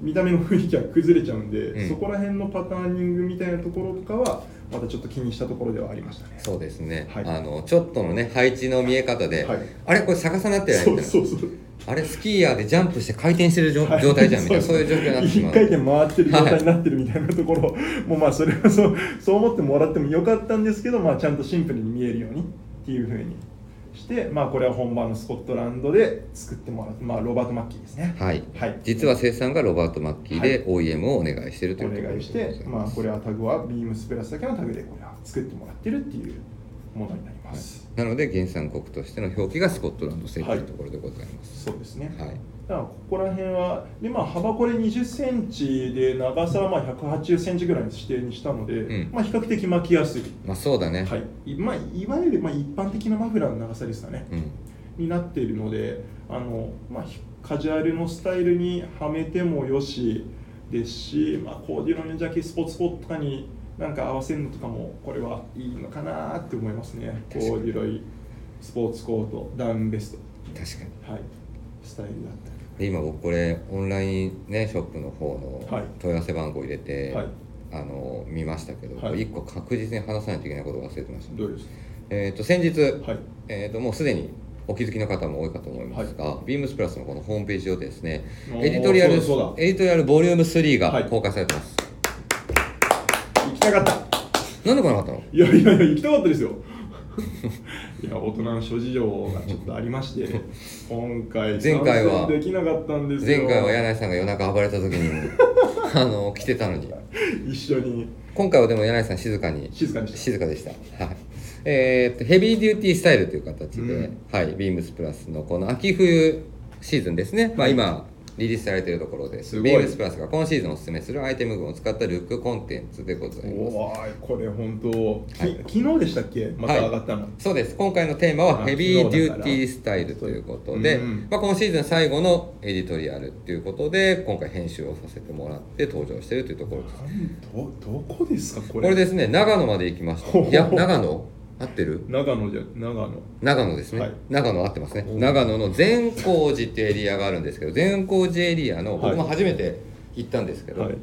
S2: 見た目の雰囲気は崩れちゃうんで、
S1: うん
S2: そこら辺のパターニングみたいなところとかはまたちょっと気にしたところではありましたね。
S1: そうですね、
S2: はい
S1: あのちょっとのね配置の見え方で、
S2: はい
S1: あれこれ逆さになってない
S2: そ
S1: み
S2: う
S1: たいな
S2: そうそう
S1: あれスキーヤーでジャンプして回転してる状,、
S2: はい
S1: 状態じゃんみたいな
S2: そ
S1: そうういう状況になってし
S2: 一
S1: まう
S2: 回転回ってる状態になってるみたいなところ、 もうまあそれはそうそう思ってもらってもよかったんですけど、まあ、ちゃんとシンプルに見えるようにっていうふうにして、まあ、これは本場のスコットランドで作ってもらって、まあ、ロバート・マッキーですね。
S1: はい
S2: はい、
S1: 実は生産がロバート・マッキーで OEM をお願いしてるとい
S2: お
S1: うところ
S2: 願いし
S1: でご
S2: て
S1: ざい、
S2: まあ、
S1: ます
S2: これはタグはビームスプラスだけのタグでこれは作ってもらってるっていうものになります。
S1: なので原産国としての表記がスコットランド製と
S2: はいいう
S1: ところでございます、
S2: そうですね、
S1: はい
S2: だからここら辺はで、まあ、幅これ20センチで長さはまあ180センチぐらいの指定にしたので、
S1: うん
S2: まあ、比較的巻きやすい、
S1: まあそうだね、
S2: はいまあ、いわゆるまあ一般的なマフラーの長さですかね
S1: うん、
S2: になっているのであの、まあ、ひカジュアルのスタイルにはめてもよしですし、まあ、コーデュロのジャケスポーツポットとかになんか合わせるのとかもこれはいいのかなって思いますねコ
S1: 確かに
S2: ーデュロイスポーツコートダウンベス
S1: 確かに
S2: ト、はい、スタイルだった
S1: で
S2: り
S1: 今僕これオンライン、ね、ショップの方
S2: はい
S1: の問い合わせ番号入れて、
S2: はい
S1: あの見ましたけど、
S2: はい
S1: 一個確実に話さないといけないことを忘れてました、
S2: どうです
S1: えっ、と先日、
S2: はい
S1: えー、ともうすでにお気づきの方も多いかと思いますが、ビームスプラスのこのホームページをですね
S2: おー
S1: エディトリアルエデ
S2: そうだそうだ
S1: ィトリアルボリューム3
S2: はい
S1: が公開されてます、
S2: 行きたかった
S1: なんで来なかったの
S2: いやいやいや行きたかったですよ いや大人の諸事情がちょっとありまして今回
S1: 前回は
S2: 参戦できなかったんですよ
S1: 前回は柳井さんが夜中暴れた時 にあの来てたのに
S2: 一緒に
S1: 今回はでも柳井さん静かに
S2: 静かにして
S1: 静かでした、はいえー、とヘビーデューティースタイルという形で、
S2: うん
S1: はい、ビームスプラスのこの秋冬シーズンですね、まあ、今リリースされているところです
S2: すごい
S1: ビームスプラスが今シーズンおすすめするアイテム群を使ったルックコンテンツでございます
S2: おーいこれ本当、き
S1: はい
S2: 昨日でしたっけまた上がったの、
S1: そうです今回のテーマは
S2: あ
S1: ヘビーデューティースタイルということで、
S2: うん
S1: まあ、今シーズン最後のエディトリアルということで今回編集をさせてもらって登場しているというところです
S2: なんどどこですかこ
S1: こ
S2: れ
S1: れですね長野まで行きましたいや長野合ってる
S2: 長野じゃ長野
S1: 長野ですね、
S2: はい
S1: 長野合ってますね
S2: お
S1: 長野の善光寺ってエリアがあるんですけど善光寺エリアの
S2: はい
S1: 僕も初めて行ったんですけど、
S2: はい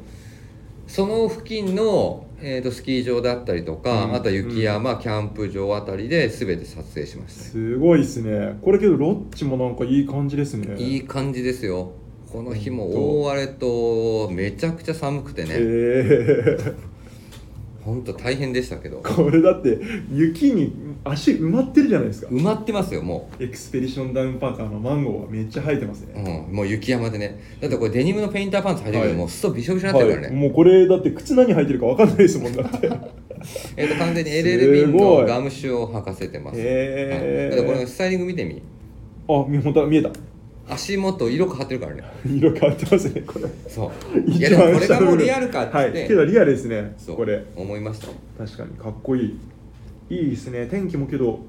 S1: その付近の、えー、とスキー場だったりとか、
S2: うん
S1: あとは雪山、キャンプ場あたりで全て撮影しましたね、
S2: すごいですねこれけどロッチもなんかいい感じですね
S1: い
S2: ね
S1: い感じですよこの日も大荒れとめちゃくちゃ寒くて
S2: え
S1: ね
S2: ー、
S1: ほんと大変でしたけど
S2: これだって雪に足埋まってるじゃないですか
S1: 埋まってますよも
S2: エクスペディションダウンパンツーのマンゴーはめっちゃ生えてます
S1: う、う
S2: ね、
S1: ん、もう雪山でねだってこれデニムのペインターパンツ履いてるけ
S2: は
S1: ど
S2: い
S1: もうすっとびしょびしょになってるからね、
S2: はい、もうこれだって靴何履いてるかわかんないですもんだ って
S1: えっと完全に
S2: す
S1: LL 瓶
S2: ごい
S1: のガムシュを履かせてます。
S2: へー
S1: はいだからこれスタイリング見てみ。
S2: あみ本当だ見えた
S1: 足元色変わってるからね。
S2: 色変わってますねこれ
S1: そう。いやでもこれがもうリアルかっつ
S2: はい
S1: って、
S2: けどリアルですね
S1: そう
S2: これ
S1: 思いました。
S2: 確かにかっこいいいいですね天気もけど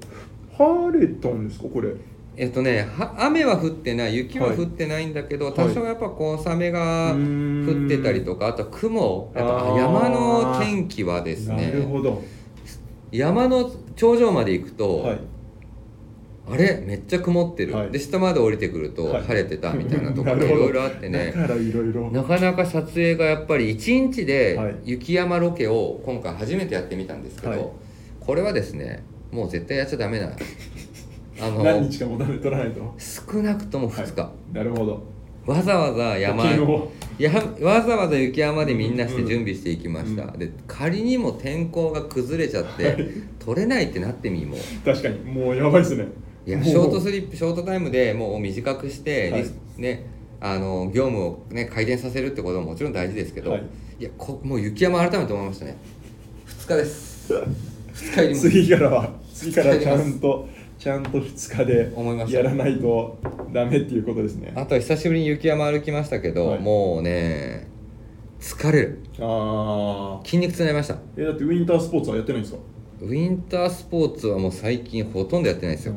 S2: 晴れたんですかこれ
S1: えっとね、は雨は降ってない雪は降ってないんだけど、
S2: はい
S1: 多少やっぱ小雨が
S2: うーん
S1: 降ってたりとかあと雲やっ
S2: あ
S1: ぱ
S2: ー
S1: 山の天気はです
S2: なる
S1: ね
S2: ほど
S1: 山の頂上まで行くと、
S2: はい
S1: あれめっちゃ曇ってる、
S2: はい
S1: で下まで降りてくると
S2: はい
S1: 晴れてたみたいなところ
S2: な
S1: がい
S2: るほど
S1: ろいろあってね
S2: だからいろいろ
S1: なかなか撮影がやっぱり1日
S2: はい
S1: で雪山ロケを今回初めてやってみたんですけど、
S2: はい
S1: これはですねもう絶対やっちゃダメなあ
S2: 何
S1: の
S2: 日かもた取らないと
S1: 少なくとも2日、
S2: はいなるほど
S1: わざわざ山
S2: 昨日
S1: やわざわざ雪山でみんなして準備していきました、
S2: うんう
S1: で仮にも天候が崩れちゃって、
S2: はい
S1: 取れないってなってみもう
S2: 確かにもうやばいですね
S1: いや
S2: もう
S1: ショートスリップショートタイムでもう短くして、
S2: はい
S1: リスねあの業務をね改善させるってことももちろん大事ですけど、
S2: はい
S1: い、やこもう雪山改めて思いましたね2日です2日入ります
S2: 次からは 次からちゃんとちゃんと2日で
S1: 思いました
S2: やらないとダメっていうことですね
S1: あと久しぶりに雪山歩きましたけど、
S2: はい
S1: もうね疲れる
S2: ああ
S1: 筋肉痛になりました
S2: えだってウィンタースポーツはやってないんですか
S1: ウィンタースポーツはもう最近ほとんどやってないですよ、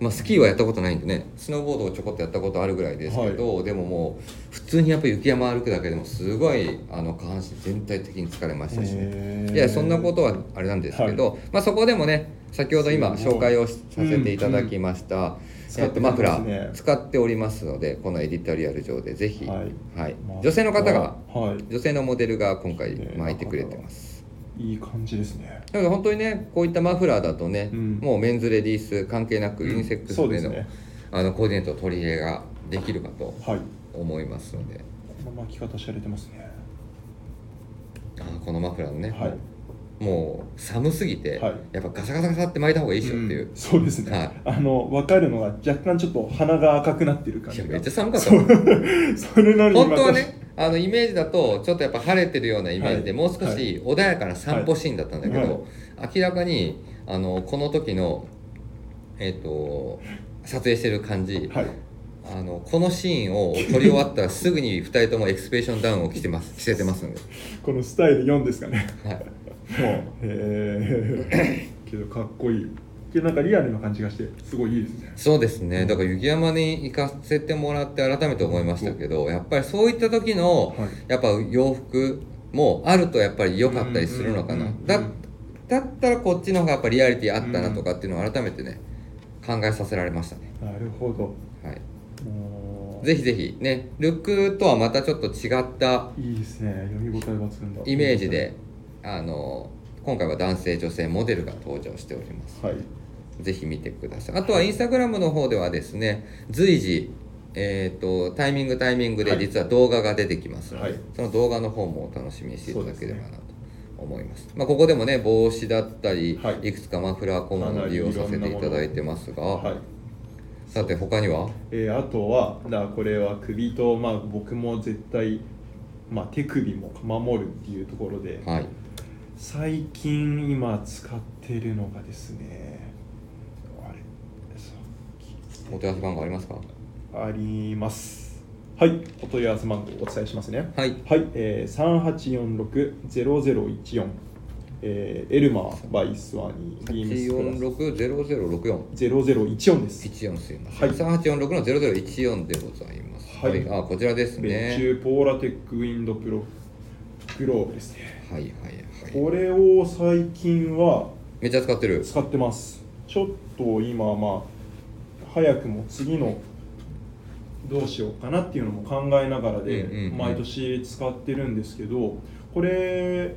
S1: まあ、スキーはやったことないんでねスノーボードをちょこっとやったことあるぐらいですけど、でももう普通にやっぱ雪山歩くだけでもすごいあの下半身全体的に疲れましたしねいやそんなことはあれなんですけど、まあ、そこでもね先ほど今
S2: すごい
S1: 紹介をしさせていただきました、えっと、マフラ
S2: 使って
S1: ー
S2: ます
S1: 使っておりますのでこのエディタリアル上でぜひ、
S2: は
S1: はいい
S2: マフラー
S1: 女性の方が
S2: はい
S1: 女性のモデルが今回巻いてくれてます
S2: いい感じですね
S1: だから本当にねこういったマフラーだとね、
S2: うん
S1: もうメンズレディース関係なくユニセックス
S2: そうで
S1: ですの,、
S2: ね
S1: あのコーディネートを取り入れができるかと
S2: はい
S1: 思いますので
S2: この巻き方しゃれてますね
S1: あーこのマフラーのね、
S2: はい
S1: もう寒すぎて、
S2: はい
S1: やっぱガサガサガサって巻いた方がいいっしょっていう
S2: うん、そうですね、
S1: はい
S2: あの分かるのが若干ちょっと鼻が赤くなってる感
S1: い
S2: じ
S1: や
S2: が
S1: めっちゃ寒かった
S2: そう それなりに
S1: 本当はねあのイメージだとちょっとやっぱ晴れてるようなイメージで、
S2: はい
S1: もう少し穏やかな散歩シーンだったんだけど、明らかにあのこの時のえっ、と撮影してる感じ、
S2: はい
S1: あのこのシーンを撮り終わったらすぐに2人ともエクスペーションダウンを着てます着せてますんで、
S2: このスタイル4ですかね
S1: はい、
S2: もうへえけどかっこいいけどなんかリアルな感じがしてすごいいいですね
S1: そうですねだから雪山に行かせてもらって改めて思いましたけどやっぱりそういった時の、
S2: はい
S1: やっぱ洋服もあるとやっぱり良かったりするのかな、
S2: うんうんうん
S1: だだったらこっちの方がやっぱリアリティあったなとかっていうのを改めてね考えさせられましたね、
S2: なるほど
S1: はい、
S2: もう
S1: ぜひぜひねルックとはまたちょっと違った
S2: いいですね読み応え抜群だ
S1: イメージであの今回は男性女性モデルが登場しております
S2: はい
S1: ぜひ見てくださいあとはインスタグラムの方ではですね随時えー、とタイミングタイミングで実は動画が出てきますので、
S2: はい
S1: その動画の方もお楽しみにしていただければなと思いますまあ、ここでもね帽子だったり、
S2: はい
S1: い、くつかマフラーコーナーを利用させていただいてますが、
S2: はい
S1: さて他には
S2: えーあとはだこれは首と、まあ、僕も絶対、まあ、手首も守るっていうところで、
S1: はい
S2: 最近今使ってるのがですねあれさ
S1: お問い合わせ番号ありますか
S2: ありますはいお問い合わせ番号お伝えしますね
S1: はい
S2: はい、えー、3846-0014えーエルマーバイスワニービームスプラ
S1: 8460064
S2: ス0014です
S1: 14すいま
S2: は
S1: せ
S2: い
S1: ん、3846の0014でございます
S2: は
S1: はいい、あこちらです
S2: 米
S1: ね
S2: 中ポーラテックウィンドプログローブですね
S1: はいはいはい
S2: これを最近は
S1: めっちゃ使ってる
S2: 使ってますちょっと今まあ早くも次のどうしようかなっていうのも考えながらで
S1: うんうんうん
S2: 毎年使ってるんですけどこれ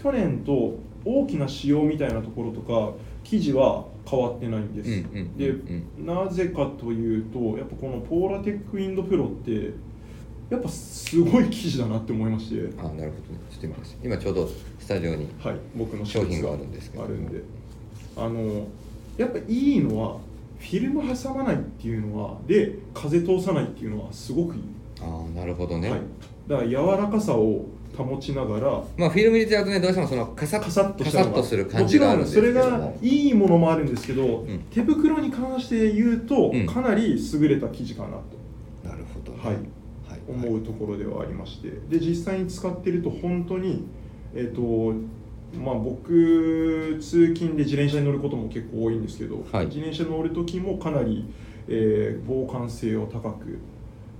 S2: 去年と大きな仕様みたいなところとか生地は変わってないんで
S1: う
S2: す、
S1: んうんうん
S2: で
S1: うん
S2: なぜかというとやっぱこのポーラテックウィンドプロってやっぱすごい生地だなって思いまして
S1: あなるほどねちょっと今今ちょうどスタジオに
S2: はい、僕の
S1: 商品があるんですけど
S2: あるんであのやっぱいいのはフィルム挟まないっていうのはで風通さないっていうのはすごくいい、
S1: あーなるほどね、
S2: はい、だから柔らかさを保ちながら
S1: まあフィルムに入れちゃうとねどうしてもそのカサッ
S2: カサッとした
S1: カ
S2: の
S1: サ
S2: が
S1: ッとする感じがあるんですけど
S2: もちろんそれがいいものもあるんですけど、
S1: ん
S2: 手袋に関して言うと、
S1: うん
S2: かなり優れた生地かなと
S1: なるほどね、
S2: はい
S1: はい
S2: 思うところではありましてで実際に使ってると本当にえっ、とまあ僕通勤で自転車に乗ることも結構多いんですけど、
S1: はい
S2: 自転車に乗る時もかなり、えー防寒性を高く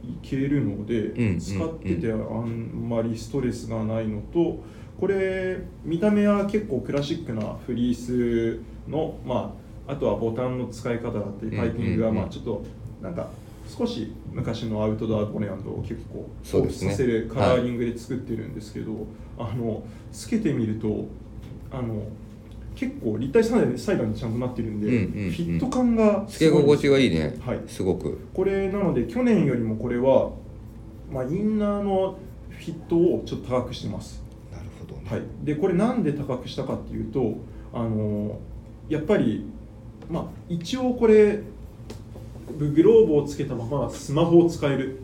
S2: いけるので、
S1: うん
S2: 使っててあんまりストレスがないのとこれ見た目は結構クラシックなフリースのまああとはボタンの使い方だったりパイピングが
S1: うんうんうん
S2: まあちょっとなんか少し昔のアウトドアブレンドを結構
S1: そうですね
S2: させるカラーリングで作ってるんですけど、あのつけてみるとあの結構立体サイダーサイダーにちゃんとなってるんで、
S1: うんうんうん
S2: フィット感が
S1: つ
S2: す
S1: け
S2: ごい
S1: 心地がいいね、
S2: はい
S1: すごく
S2: これなので去年よりもこれは、まあ、インナーのフィットをちょっと高くしてます、
S1: なるほどね、
S2: はい、でこれなんで高くしたかっていうとあのやっぱり、まあ、一応これグローブをつけたままスマホを使える、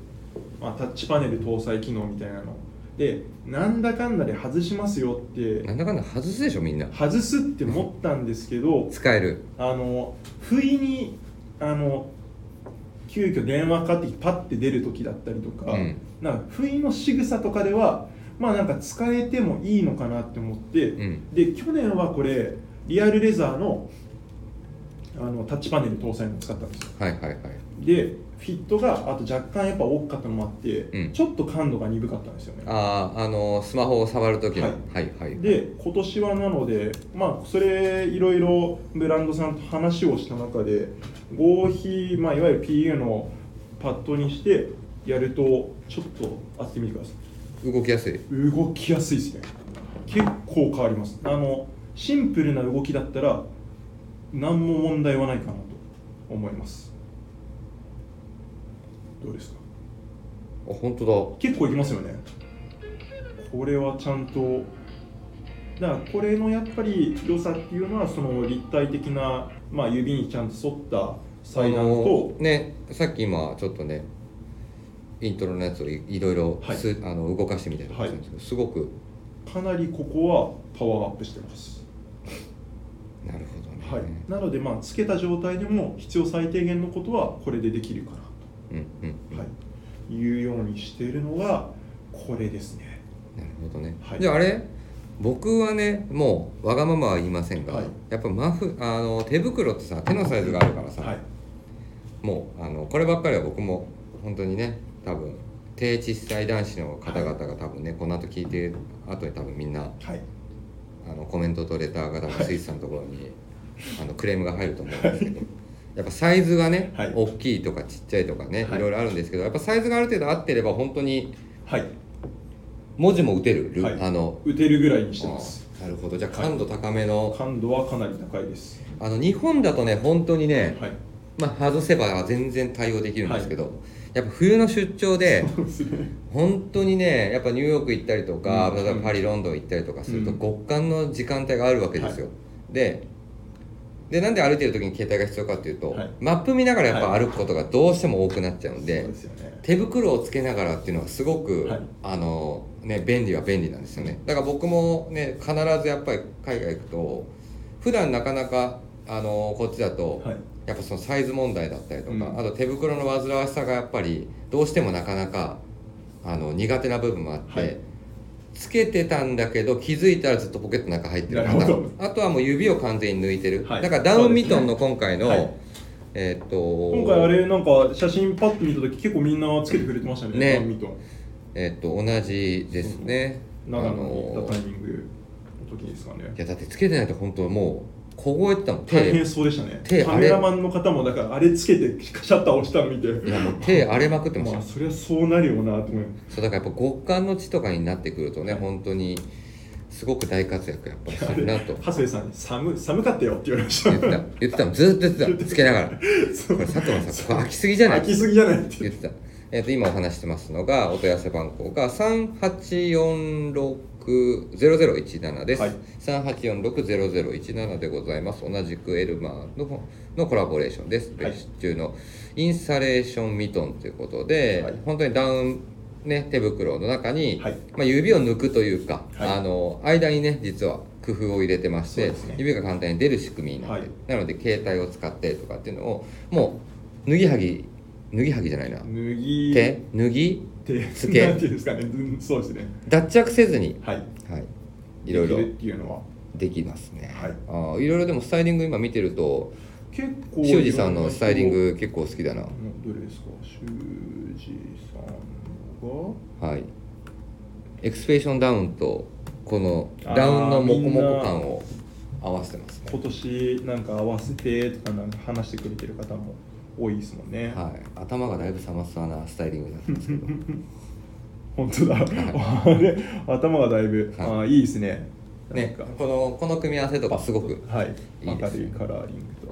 S2: まあ、タッチパネル搭載機能みたいなのでなんだかんだで外しますよって
S1: なんだかんだ外すでしょみんな
S2: 外すって思ったんですけど
S1: 使える
S2: あの不意にあの急遽電話かかってきてパッて出る時だったりとか,、
S1: うん
S2: なんか不意の仕草とかではまあなんか使えてもいいのかなって思って、
S1: うん
S2: で去年はこれリアルレザーのあのタッチパネル搭載の使ったんですよ
S1: はいはいはい
S2: でフィットがあと若干やっぱ多かったのもあって、
S1: うん
S2: ちょっと感度が鈍かったんですよね
S1: あああのスマホを触る時の、
S2: はい
S1: はい、はい
S2: で今年はなのでまあそれいろいろブランドさんと話をした中で合皮、まあ、いわゆる PU のパッドにしてやるとちょっと当ててみてください
S1: 動きやすい
S2: 動きやすいですね結構変わりますあのシンプルな動きだったら何も問題はないかなと思いますどうですか
S1: あ本当
S2: 結構いきますよねこれはちゃんとだからこれのやっぱり良さっていうのはその立体的な、まあ、指にちゃんと沿った
S1: だ
S2: 祭壇
S1: あの
S2: と
S1: ねさっき今ちょっとねイントロのやつをいいろいろ
S2: はい
S1: す、あの動かしてみたいな感じなんですけど、すごく
S2: かなりここはパワーアップしてます、
S1: なるほどね、
S2: はい、なのでまあつけた状態でも必要最低限のことはこれでできるかな
S1: うんうんうん
S2: と、はい、いうようにしているのがこれですね
S1: なるほどね、
S2: はい
S1: じゃああれ僕はねもうわがままは言いませんが、
S2: はい
S1: やっぱマフあの手袋ってさ手のサイズがあるからさ、
S2: はい
S1: もうあのこればっかりは僕も本当にね多分低窒素男子の方々が多分ね、この後聞いて後に多分みんな
S2: はい
S1: あのコメントとレターが多分スイーツさんのところに、あのクレームが入ると思うんですけ ど、やっぱサイズがね、
S2: はい
S1: 大きいとかちっちゃいとかね、、
S2: はいい
S1: ろいろあるんですけどやっぱサイズがある程度合ってれば本当に
S2: はい
S1: 文字も打てる、
S2: はい
S1: あの
S2: 打てるぐらいにしてます
S1: あーなるほどじゃあ感度高めの、
S2: 感度はかなり高いです
S1: あの日本だとね本当にね、
S2: はい
S1: まあ、外せば全然対応できるんですけど、やっぱ冬の出張で
S2: そうですね
S1: 本当にねやっぱニューヨーク行ったりとか、
S2: うん
S1: 例えばパリロンドン行ったりとかすると、
S2: うん
S1: 極寒の時間帯があるわけですよ、ででなんで歩いてる時に携帯が必要かっていうと、
S2: はい
S1: マップ見ながらやっぱ歩くことがどうしても多くなっちゃうんで、
S2: そうですよね
S1: 手袋をつけながらっていうのはすごく、
S2: はい
S1: あのね便利は便利なんですよねだから僕もね必ずやっぱり海外行くと普段なかなかあのこっちだと、
S2: はい
S1: やっぱそのサイズ問題だったりとか、
S2: うん
S1: あと手袋の煩わしさがやっぱりどうしてもなかなかあの苦手な部分もあって、
S2: はい
S1: つけてたんだけど気づいたらずっとポケットの中入ってるパタ
S2: なる
S1: ーン
S2: ほ
S1: あとはもう指を完全に抜いてる、
S2: はい
S1: だからダウンミトンの今回の、
S2: そうですね
S1: えーっと
S2: 今回あれなんか写真パッと見た時結構みんなつけてくれてましたね
S1: ね
S2: ダンミート
S1: えっと同じですね。
S2: 長野に行
S1: の
S2: ったタイミングの時ですかね
S1: いやだってつけてないと本当もう凍えてたもん
S2: 大変
S1: 手
S2: そうでしたね
S1: 手
S2: カメラマンの方もだからあれつけてシャッター押したの見て
S1: いやもう手荒れまくってました
S2: ま
S1: よ
S2: あそりゃそうなるよなと思いま
S1: そうだからやっぱ極寒の地とかになってくるとね
S2: はい
S1: 本当にすごく大活躍やっぱり
S2: す
S1: するなと
S2: 長谷さんに寒い寒かったよって言われました
S1: 言 ってた言ってたもんずーっと言ってたつけながらこ
S2: そ
S1: れ
S2: う
S1: 佐藤さんこれ飽きすぎじゃない
S2: 飽きすぎじゃないって
S1: 言ってた、えっと今お話してますのがお問い合わせ番号が38460017です、
S2: はい
S1: 38460017でございます同じくエルマーののコラボレーションです
S2: はい
S1: 別注のインサレーションミトンということで、
S2: はい
S1: 本当にダウンね、手袋の中に、
S2: はい
S1: まあ、指を抜くというか、
S2: はい
S1: あの間にね実は工夫を入れてまし
S2: そう
S1: て、
S2: ですね
S1: 指が簡単に出る仕組みになってる、
S2: はい
S1: なので携帯を使ってとかっていうのをもう脱ぎはぎ脱ぎはぎじゃないな
S2: 脱ぎ
S1: 手脱ぎ
S2: 手
S1: つけ
S2: なんていうんですかねうんそうですね
S1: 脱着せずに、
S2: はい
S1: はい、いろいろ
S2: できるっていうのは
S1: できますね、
S2: はい
S1: ああいろいろでもスタイリング今見てると
S2: 結構
S1: 修二さんのスタイリング結構好きだな
S2: どれですか修二さんのが
S1: はいエクスペーションダウンとこのダウンのモコモコ感を合わせてますね
S2: 今年なんか合わせてとかなんか話してくれてる方も多いですもんね、
S1: はい、頭がだいぶさまそうなスタイリングだったんです けど
S2: 本当だあれ 頭がだいぶ、
S1: はい
S2: あーいいですね
S1: ね
S2: なんか
S1: このこの組み合わせとかすごく
S2: はい
S1: いいです
S2: 明るいカラーリングと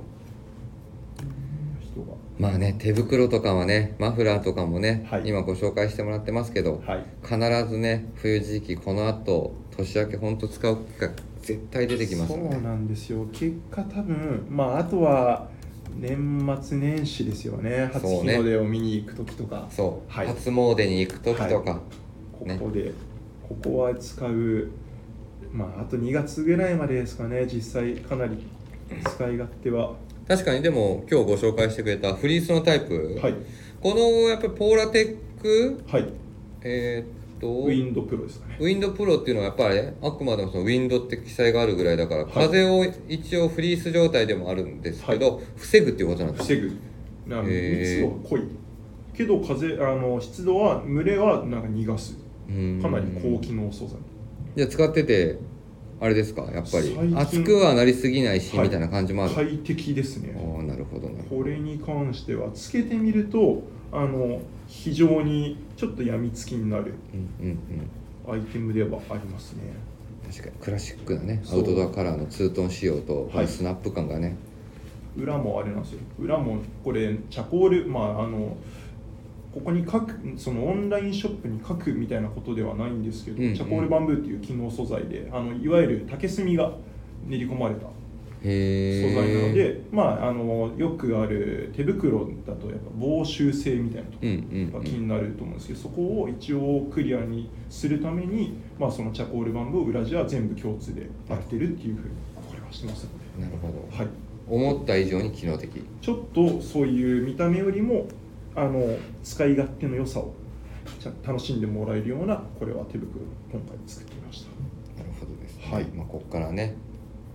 S2: 人が
S1: まあね手袋とかはねマフラーとかもね、
S2: はい
S1: 今ご紹介してもらってますけど、
S2: はい
S1: 必ずね冬時期この後年明けほんと使う機会絶対出てきますよ
S2: そう
S1: ね
S2: なんですよ結果多分まああとは年末年始ですよね初
S1: そう
S2: 日
S1: ね
S2: の出を見に行く時とか、
S1: そう、
S2: はい
S1: 初詣に行く時とか、
S2: こ
S1: ね
S2: こで、ここは使うまああと2月ぐらいまでですかね実際かなり使い勝手は
S1: 確かにでも今日ご紹介してくれたフリースのタイプ、
S2: はい
S1: このやっぱりポーラテック
S2: はい
S1: えーっと
S2: ウィンドプロですかね
S1: ウィンドプロっていうのはやっぱりねあくまでもそのウィンドって記載があるぐらいだから、
S2: い
S1: 風を一応フリース状態でもあるんですけど、防ぐっていうことなんですね
S2: 防ぐなんか
S1: へー
S2: 密度が濃いけど風あの湿度は蒸れはなんか逃がす
S1: うん
S2: かなり高機能素材
S1: じゃあ使っててあれですかやっぱ
S2: 最
S1: り
S2: 近
S1: 熱くはなりすぎないし、
S2: はい
S1: みたいな感じもある、
S2: 快適ですね
S1: ああなるほどなるほ
S2: これに関してはつけてみるとあの非常にちょっとやみつきになる
S1: どうんうんうん
S2: アイテムではありますね
S1: 確かにクラシックなねア
S2: そう
S1: ウトドアカラーのツートン仕様と、
S2: はい
S1: スナップ感がね
S2: 裏もあれなんですよ裏もこれチャコールまああのここに書くそのオンラインショップに書くみたいなことではないんですけど、
S1: うんうん
S2: チャコールバンブーっていう機能素材であのいわゆる竹炭が練り込まれた
S1: へ
S2: 素
S1: え
S2: 材なので、まあ、あのよくある手袋だとやっぱ防臭性みたいなとこ
S1: うんう
S2: が
S1: ん、
S2: 気
S1: う
S2: に
S1: ん、
S2: なると思うんですけど、そこを一応クリアにするために、まあ、そのチャコールバンブー裏地は全部共通で開けてるっていうふうにこれはしてますの
S1: なるほど、
S2: で、はい、
S1: 思った以上に機能的
S2: ちょっとそういう見た目よりもあの使い勝手の良さをちゃ楽しんでもらえるようなこれは手袋今回作ってみました。
S1: なるほどです、ね
S2: はい
S1: まあ、ここからね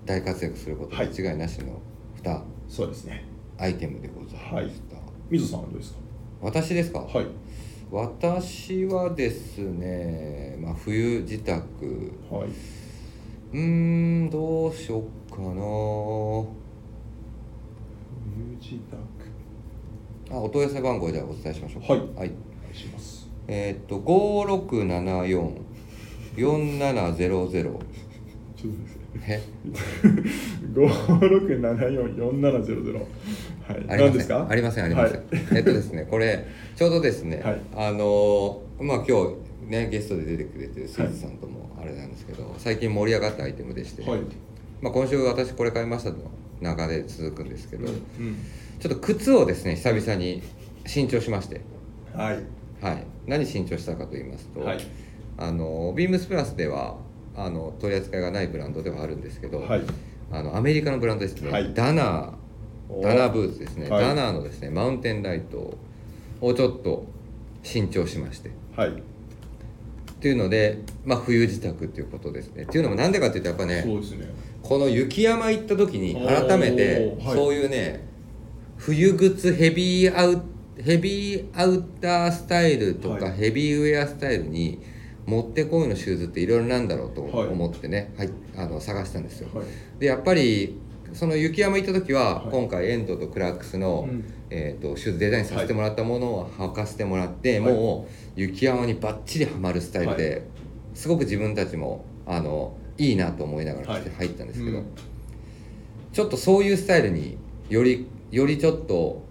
S1: 大活躍すること間違いなしの2
S2: そうですね。
S1: アイテムでございました、
S2: 水野さんはどうですか。
S1: 私ですか、
S2: はい。
S1: 私はですね、まあ、冬自宅
S2: はい。
S1: うーんどうしよっかな
S2: ミュージダ
S1: あお問い合わせ番号じゃあお伝えしましょうか
S2: はい
S1: はい、
S2: お願いします。
S1: えーっと56744700
S2: ちょっとですね。
S1: え
S2: 五六七四四七ゼロゼロ。はい。
S1: あり
S2: 何
S1: ま
S2: で
S1: せ
S2: す
S1: ん
S2: か。
S1: ありませんありません、
S2: はい
S1: えっとですねこれちょうどですね、
S2: はい
S1: あのーまあ今日ねゲストで出てくれてるスイーツさんともあれなんですけど、最近盛り上がったアイテムでして、
S2: はい。
S1: まあ、今週私これ買いましたの中で続くんですけど、
S2: うん。
S1: ちょっと靴をですね久々に新調しまして、
S2: はい。
S1: はい、何新調したかと言いますと、
S2: はい。
S1: あのビームスプラスではあの取り扱いがないブランドではあるんですけど、
S2: はい。
S1: あのアメリカのブランドですね、
S2: はい
S1: ダナ
S2: お
S1: ーダナーブーツですね、
S2: はい
S1: ダナーのですねマウンテンライトをちょっと新調しまして
S2: はい。
S1: というので、まあ、冬支度ということですねっていうのもなんでかっていうとやっぱね
S2: そうですね。
S1: この雪山行った時に
S2: おー
S1: 改めて
S2: はい
S1: そういうね冬靴ヘビーアウヘビーアウタースタイルとか
S2: はい
S1: ヘビーウェアスタイルにもってこいのシューズっていろいろなんだろうと思ってね、はいあの探したんですよ。
S2: はい。
S1: でやっぱりその雪山行った時は
S2: はい
S1: 今回エンドとクラックスの、
S2: うん
S1: えー、とシューズデザインさせてもらったものを履かせてもらって、
S2: はい
S1: もう雪山にバッチリはまるスタイルで、
S2: はい
S1: すごく自分たちもあのいいなと思いながら着て入ったんですけど、
S2: はいうん
S1: ちょっとそういうスタイルによりよりちょっと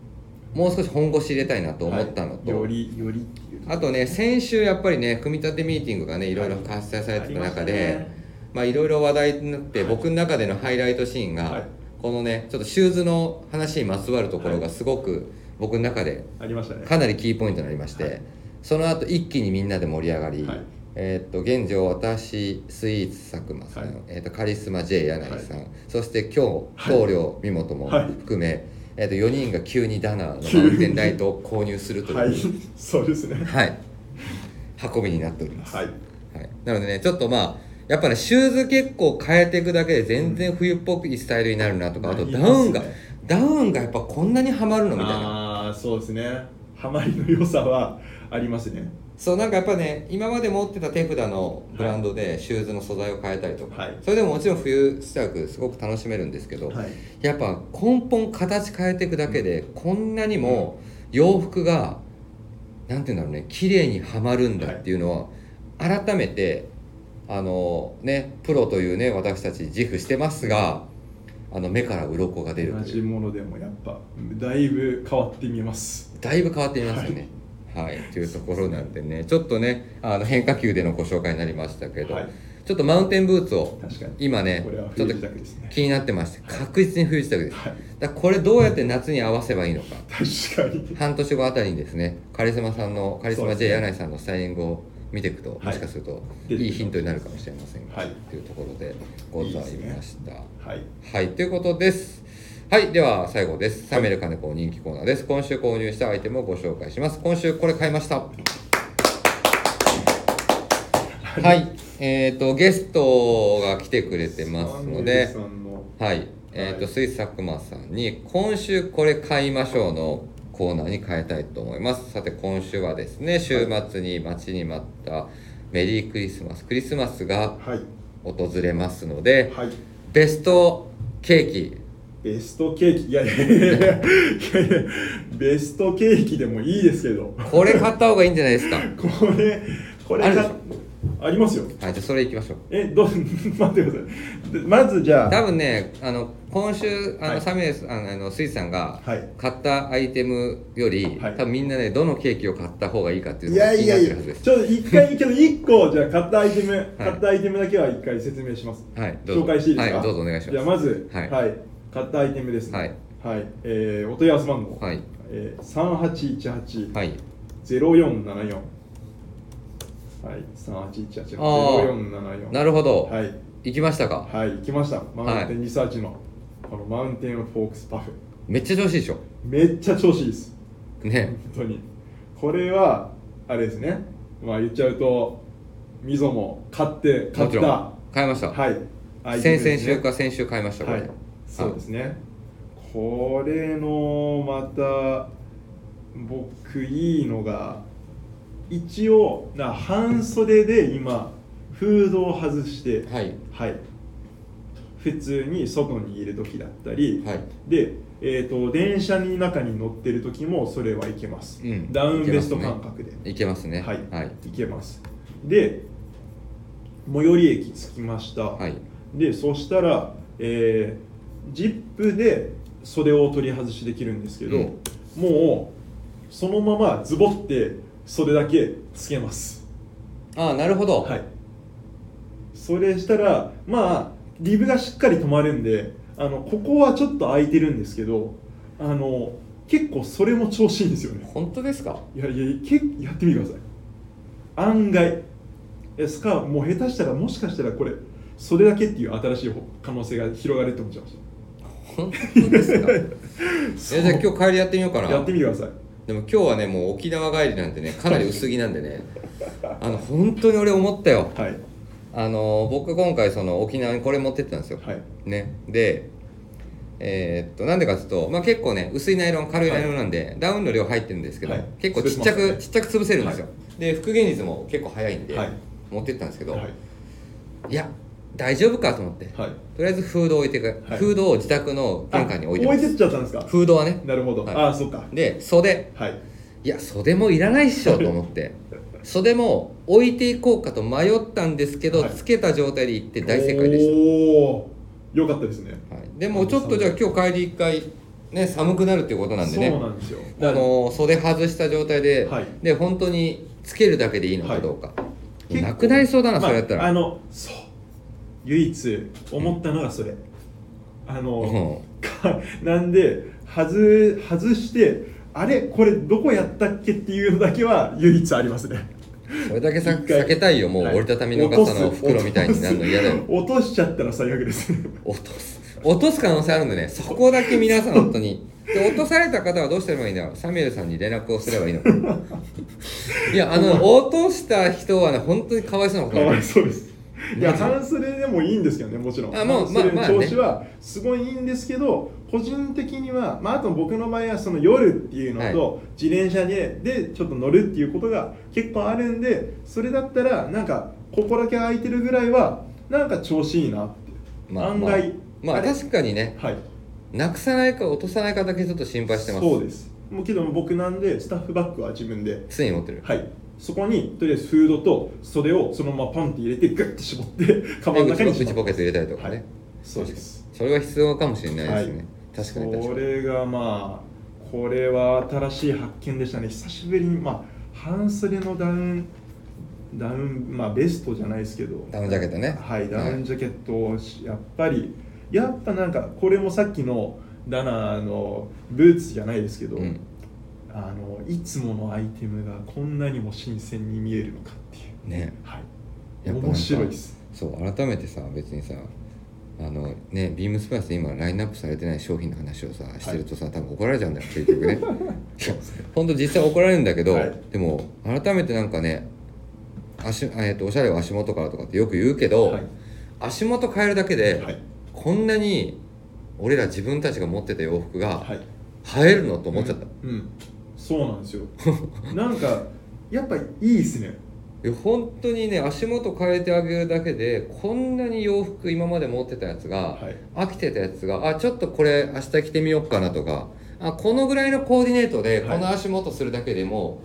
S1: もう少し本腰入れたいなと思ったのと、
S2: はいよりよりっていう
S1: あとね先週やっぱりね組み立てミーティングがねいろいろ開催されてた中で、まあいろいろ話題になって、僕の中でのハイライトシーンが、
S2: はい
S1: このねちょっとシューズの話にまつわるところがすごく僕の中で
S2: ありましたね
S1: かなりキーポイントになりまして、
S2: はい
S1: その後一気にみんなで盛り上がり、
S2: はい
S1: えーっと現状私スイーツ佐久間さん、
S2: はい
S1: えーっとカリスマ J 柳井さん、そして今日
S2: はい
S1: 棟梁美本も
S2: はい
S1: 含め、えーっと4人が急にダナ ーのマウンテンライトを購入するという、
S2: はいそうですね
S1: はい、運びになっております。
S2: はい
S1: はい、なのでねちょっとまあやっぱねシューズ結構変えていくだけで全然冬っぽいスタイルになるなとか、
S2: うん
S1: あとダ
S2: なります
S1: ウンが、
S2: ね
S1: ダウンがやっぱこんなにはまるのみたいな
S2: ああそうですねハマりの良さはありますね
S1: そうなんかやっぱね今まで持ってた手札のブランドでシューズの素材を変えたりとか、
S2: はい
S1: それでももちろん冬支度すごく楽しめるんですけど、
S2: はい
S1: やっぱ根本形変えていくだけで、こんなにも洋服がなんていうんだろうね綺麗にはまるんだっていうのは、改めてあのねプロというね私たち自負してますがあの目から鱗が出る
S2: 同
S1: と
S2: じ
S1: いう
S2: ものでもやっぱだいぶ変わって見えます
S1: だいぶ変わっていますよね。はい、というところなんでねちょっとねあの変化球でのご紹介になりましたけど、
S2: はい
S1: ちょっとマウンテンブーツを
S2: 確かに
S1: 今ね
S2: これは
S1: ちょ
S2: 冬
S1: っと
S2: 自宅ですね
S1: 気になってまして確実に冬支度です。
S2: はい
S1: だからこれどうやって夏に合わせばいいのか
S2: 確かに
S1: 半年後あたりにですねカリスマさんのカリスマ
S2: そうです
S1: J
S2: ね
S1: 柳井さんのスタイリングを見ていくと、
S2: い
S1: もしかすると
S2: 出てきます
S1: いいヒントになるかもしれませんが、
S2: はい
S1: というところでございました
S2: はい
S1: はいということですはいでは最後です冷める金子人気コーナーです今週購入したアイテムをご紹介します今週これ買いましたはいえっ、とゲストが来てくれてますので
S2: サンデーさんの
S1: はい、えっ、と、
S2: はい
S1: スイス佐久間さんに今週これ買いましょうのココーナーに変えたいと思いますさて今週はですね週末に待ちに待ったメリークリスマスクリスマスが
S2: はい
S1: 訪れますので
S2: はい
S1: ベストケーキ
S2: ベストケーキいやいやいやいやいやベストケーキでもいいですけど
S1: これ買った方がいいんじゃないで すかはい
S2: これこれ
S1: あるでし
S2: かありますよ
S1: じゃあそれいきましょう
S2: えどう 待ってくださいでまずじゃあ
S1: 多分ねあの今週あの、
S2: はい
S1: サミュエルさんあのスイさんが
S2: はい
S1: 買ったアイテムより、
S2: はい
S1: 多分みんなねどのケーキを買った方がいいかっていう
S2: い
S1: のが
S2: や
S1: 気
S2: い
S1: になっ
S2: や
S1: てる
S2: いや
S1: はずです
S2: ちょっと一回けど一個じゃあ買ったアイテム、買ったアイテムだけは一回説明します、
S1: はいどうぞ
S2: 紹介していいですか
S1: はいどうぞお願いします
S2: じゃあまず
S1: はい
S2: 買ったアイテムですね
S1: はい、
S2: はいえーお問い合わせ番号、
S1: はい
S2: えー、
S1: はい
S2: 3818-0474はい3818-0474
S1: なるほど、
S2: はい
S1: 行きましたか
S2: はい来ましたマウンテンリサーチの、このマウンテンフォークスパフェ
S1: めっちゃ調子いいでしょ
S2: めっちゃ調子いいです
S1: ね
S2: 本当にこれはあれですねまあ言っちゃうとみぞも買って買
S1: も
S2: っ
S1: ち
S2: た
S1: ろん買いました、
S2: はい
S1: 先々週
S2: っ
S1: か先週買いましたこ
S2: は
S1: れ、
S2: いそうですねこれのまた僕いいのが一応な半袖で今フードを外して
S1: はい
S2: はい普通に外にいる時だったり、
S1: はい
S2: で、えー、と電車の中に乗ってる時もそれはいけます、
S1: うん
S2: ダウンベスト感覚で、
S1: いけますね
S2: はい、
S1: はい
S2: い、けますで最寄り駅着きました、
S1: はい
S2: でそしたら、えー、ジップで袖を取り外しできるんですけど、
S1: うん
S2: もうそのままズボって袖だけつけます
S1: ああなるほど、
S2: はいそれしたらまあリブがしっかり止まるんであのここはちょっと空いてるんですけどあの結構それも調子いいんですよね
S1: 本当ですか
S2: いやいやけやってみてください案外えスカーフもう下手したらもしかしたらこれそれだけっていう新しい方可能性が広がると思っちゃいまし
S1: 本当 ですかい
S2: た
S1: やじゃあ今日帰りやってみようかな
S2: やってみてください
S1: でも今日はねもう沖縄帰りなんでねかなり薄着なんでねあの本当に俺思ったよ
S2: はい
S1: あの僕今回その沖縄にこれ持ってったんですよ、
S2: はい
S1: ねでえーっとなんでかっていうと、まあ、結構ね薄いナイロン軽いナイロンなんで、ダウンの量入ってるんですけど、
S2: はい
S1: 結構ちっちゃ
S2: 潰
S1: く、
S2: せますね
S1: ちっちゃく潰せるんですよ、
S2: は
S1: で復元率も結構早いんで、
S2: はい
S1: 持ってったんですけど、
S2: はい
S1: い、や大丈夫かと思って、
S2: はい
S1: とりあえずフードを置いてく、
S2: はい
S1: フードを自宅の玄関に置いて
S2: あ
S1: ま
S2: 置い
S1: す
S2: てっちゃったんですか
S1: フードはね
S2: なるほど、
S1: はい
S2: ああそっか
S1: で袖
S2: はい
S1: いや袖もいらないっしょと思って 袖も置いていこうかと迷ったんですけど、
S2: はい
S1: つけた状態で行って大正解でし
S2: おおよかったですね
S1: た、はい、でもちょっとじゃあ今日帰り一回ね寒くなるっていうことなんでね
S2: そうなんですよ
S1: あの袖外した状態で、
S2: はい
S1: で本当につけるだけでいいのかどうか、
S2: はい
S1: なくなりそうだな、
S2: ま
S1: それやったら、
S2: あ、あのそう唯一思ったのがそれ、あの、
S1: う
S2: か なんで外外してあれこれどこやったっけっていうのだけは唯一ありますね
S1: ん、それだけさ
S2: 一回
S1: 避けたいよもう
S2: はい
S1: 折りたたみの傘の袋みたいになるの嫌だよ
S2: 落としちゃったら最悪です
S1: 落とす落とす可能性あるんでねそこだけ皆さん本当にで落とされた方はどうしたらいいんだろうサミュエルさんに連絡をすればいいのか いやあの落とした人はね本当にかわいそうなこ
S2: か
S1: とな
S2: わ
S1: ん
S2: い
S1: です
S2: そうですいや
S1: マジで
S2: 半袖でもいいんですけどねもちろん
S1: あもう
S2: 半袖
S1: まあまあ
S2: の
S1: ね
S2: 調子はすごいいいんですけど、個人的には、まあ、あと僕の場合はその夜っていうのと、自転車ででちょっと乗るっていうことが結構あるんでそれだったらなんかここだけ空いてるぐらいはなんか調子いいなって、
S1: まあ
S2: 案
S1: まあ
S2: 外、
S1: まあ
S2: れ
S1: 確かにね
S2: はい
S1: なくさないか落とさないかだけちょっと心配してます
S2: そうですもうけど僕なんでスタッフバッグは自分で
S1: 常に持ってる
S2: はい、そこにとりあえずフードと袖をそのままパンって入れてグッて絞ってカバンの中に
S1: 内ポケット入れたりとかね、
S2: はいそうです
S1: それは必要かもしれないですね、確かに確
S2: こ
S1: かに
S2: れがまあこれは新しい発見でしたね久しぶりにまあ半袖のダウンダウンまあベストじゃないですけど
S1: ダウンジャケットね
S2: はいダウンジャケットをしやっぱりやっぱなんかこれもさっきのダナーのブーツじゃないですけど、
S1: うん
S2: あのいつものアイテムがこんなにも新鮮に見えるのかっていう
S1: ね
S2: はい。
S1: やっぱなんか
S2: 面白いです。
S1: そう改めてさ別にさあのねビームスプラスで今ラインナップされてない商品の話をさしてるとさ、多分怒られちゃうんだよ結 局ね本当実際怒られるんだけど、
S2: はい
S1: でも改めてなんかね足あえっとおしゃれは足元からとかってよく言うけど、
S2: はい
S1: 足元変えるだけで、
S2: はい。
S1: こんなに俺ら自分たちが持ってた洋服が
S2: はい。
S1: 映えるのと思っちゃった、
S2: うん。うんそうな んですよなんかやっぱいいですね
S1: いや本当にね足元変えてあげるだけでこんなに洋服今まで持ってたやつが、
S2: はい
S1: 飽きてたやつがあちょっとこれ明日着てみようかなとかあこのぐらいのコーディネートで
S2: は
S1: こ
S2: い
S1: の足元するだけでも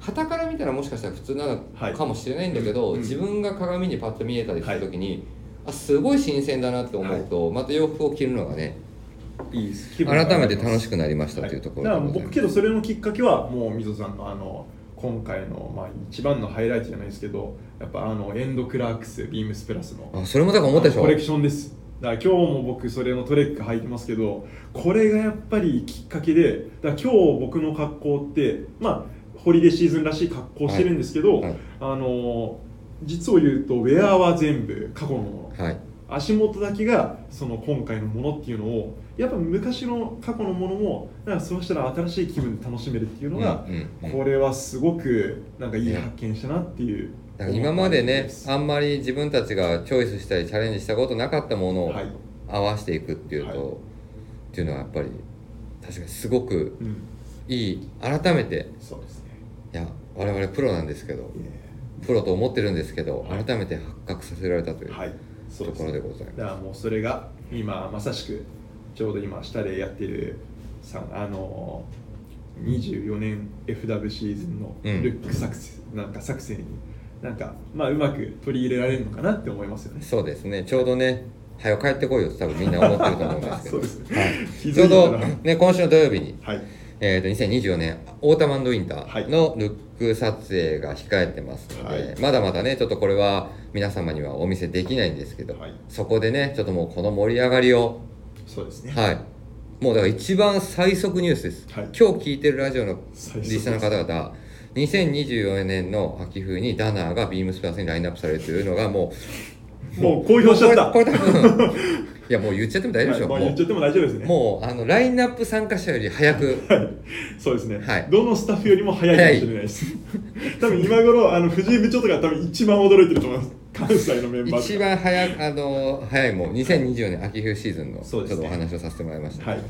S1: 傍から見たらもしかしたら普通なの
S2: はい
S1: かもしれないんだけど、
S2: うん
S1: 自分が鏡にパッと見えたりした時に、あすごい新鮮だなって思うと、また洋服を着るのがね
S2: いいです
S1: 改めて楽し
S2: く
S1: くなりましたというところ
S2: だ
S1: で
S2: か
S1: ご
S2: ら
S1: ざいます
S2: 僕けどそれのきっかけはもう溝さんのあの今回のまあ一番のハイライトじゃないですけどやっぱあのエンド・クラークスビームスプラスの
S1: あそれもだから思ったでしょ
S2: コレクションですだから今日も僕それのトレック履いてますけどこれがやっぱりきっかけでだから今日僕の格好ってまあホリデーシーズンらしい格好してるんですけど、
S1: はい
S2: あの実を言うとウェアは全部過去のもの
S1: はい
S2: 足元だけがその今回のものっていうのをやっぱ昔の過去のものもなんかそうしたら新しい気分で楽しめるっていうのが、
S1: うんうんうん
S2: これはすごくなんかいい発見したなっていう、
S1: だから今までね
S2: す
S1: あんまり自分たちがチョイスしたりチャレンジしたことなかったものを
S2: はい、
S1: 合わせていくっていうと、
S2: はい
S1: っていうのはやっぱり確かにすごく
S2: うん、
S1: いい改めて
S2: そうですね
S1: いや我々プロなんですけど
S2: い
S1: プロと思ってるんですけど
S2: はい
S1: 改めて発覚させられたとい
S2: え
S1: う
S2: はいそ
S1: と
S2: うです
S1: こ
S2: ね
S1: ろでございます。
S2: だからもうそれが今まさしくちょうど今下でやってるさあの24年 FW シーズンの
S1: うん
S2: ルック作戦、なんか作戦になんかまあうまく取り入れられるのかなって思いますよね。
S1: そうですねちょうどね「はよ帰ってこいよ」って多分みんな思ってると思うんで
S2: あ
S1: すけ
S2: そ
S1: ど
S2: うですね。気
S1: ちょう
S2: づいた
S1: ど
S2: ら、
S1: ね今週の土曜日に、
S2: はい
S1: えー、と2024年オータムウィンターのルック撮影が控えてますので、
S2: はい
S1: まだまだねちょっとこれは皆様にはお見せできないんですけど、
S2: はい
S1: そこでねちょっともうこの盛り上がり を
S2: そうですね。
S1: はい。もうだから一番最速ニュースです。
S2: はい
S1: 今日聞いてるラジオの
S2: 最
S1: リ
S2: 速
S1: スナーの方々、2024年の秋冬にダナーがビームスプラスにラインナップされるというのがも
S2: もう公表しちゃった。
S1: う、これ多 分、いやもう言っちゃっても大丈夫でしょ、
S2: はいまあ
S1: も
S2: 言っちゃ
S1: う。
S2: っても大丈夫ですね。
S1: もうあのラインナップ参加者より早く、
S2: そうですね、
S1: はい
S2: どのスタッフよりも早いかもしれないです。多分今頃あの藤井部長とか多分一番驚いてると思います。関西のメンバーとか
S1: 一番早くあの早いもう2024年秋冬シーズンのち
S2: そ
S1: ょ
S2: う
S1: っ
S2: です
S1: と
S2: ね
S1: お話をさせてもらいました、
S2: はい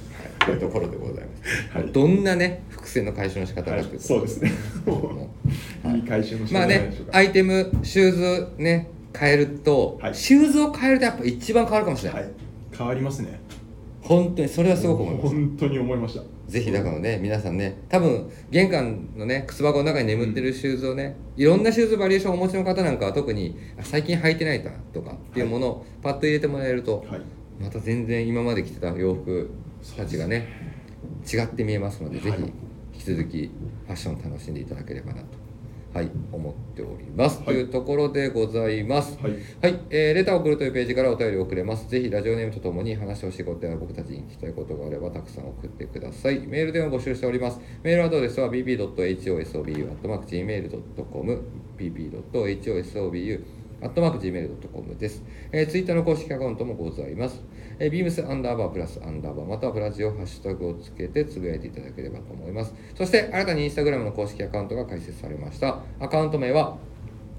S1: というところでございます、
S2: はい
S1: どんなね伏線の解消の仕方
S2: は
S1: か
S2: い
S1: というとこ
S2: そう
S1: ろ
S2: ですね。
S1: も
S2: も
S1: う
S2: ういい回収の仕
S1: ま
S2: 方
S1: あ
S2: じゃない
S1: ね
S2: でしょう、か。
S1: アイテム、シューズね、変えると、
S2: はい
S1: シューズを変えるとやっぱ一番変わるかもしれない。
S2: はい、変わりますね。
S1: 本当に、それはすごく思います。
S2: 本当に思いました。
S1: ぜひだからね、皆さんね、多分玄関のね、靴箱の中に眠ってるシューズをね、いろんなシューズバリエーションをお持ちの方なんかは特に、あ最近履いてないなとかっていうものをパッと入れてもらえると、
S2: はい、
S1: また全然今まで着てた洋服たちがね、違って見えますので、ぜひ
S2: はい
S1: 引き続きファッションを楽しんでいただければなと、はい、思っております。
S2: い
S1: というところでございます。
S2: はい、
S1: はい、えーレターを送るというページからお便りを送れます。ぜひラジオネームとともに話をしていことや僕たちに聞きたいことがあればたくさん送ってください。メールでも募集しております。メールアドレスは bb.hosobu.gmail.com pp.hosobu.gmail.com です、えー。ツイッターの公式アカウントもございます。えー、beams アンダーバープラスアンダーバーまたはプラジオハッシュタグをつけてつぶやいていただければと思います。そして新たにインスタグラムの公式アカウントが開設されました。アカウント名は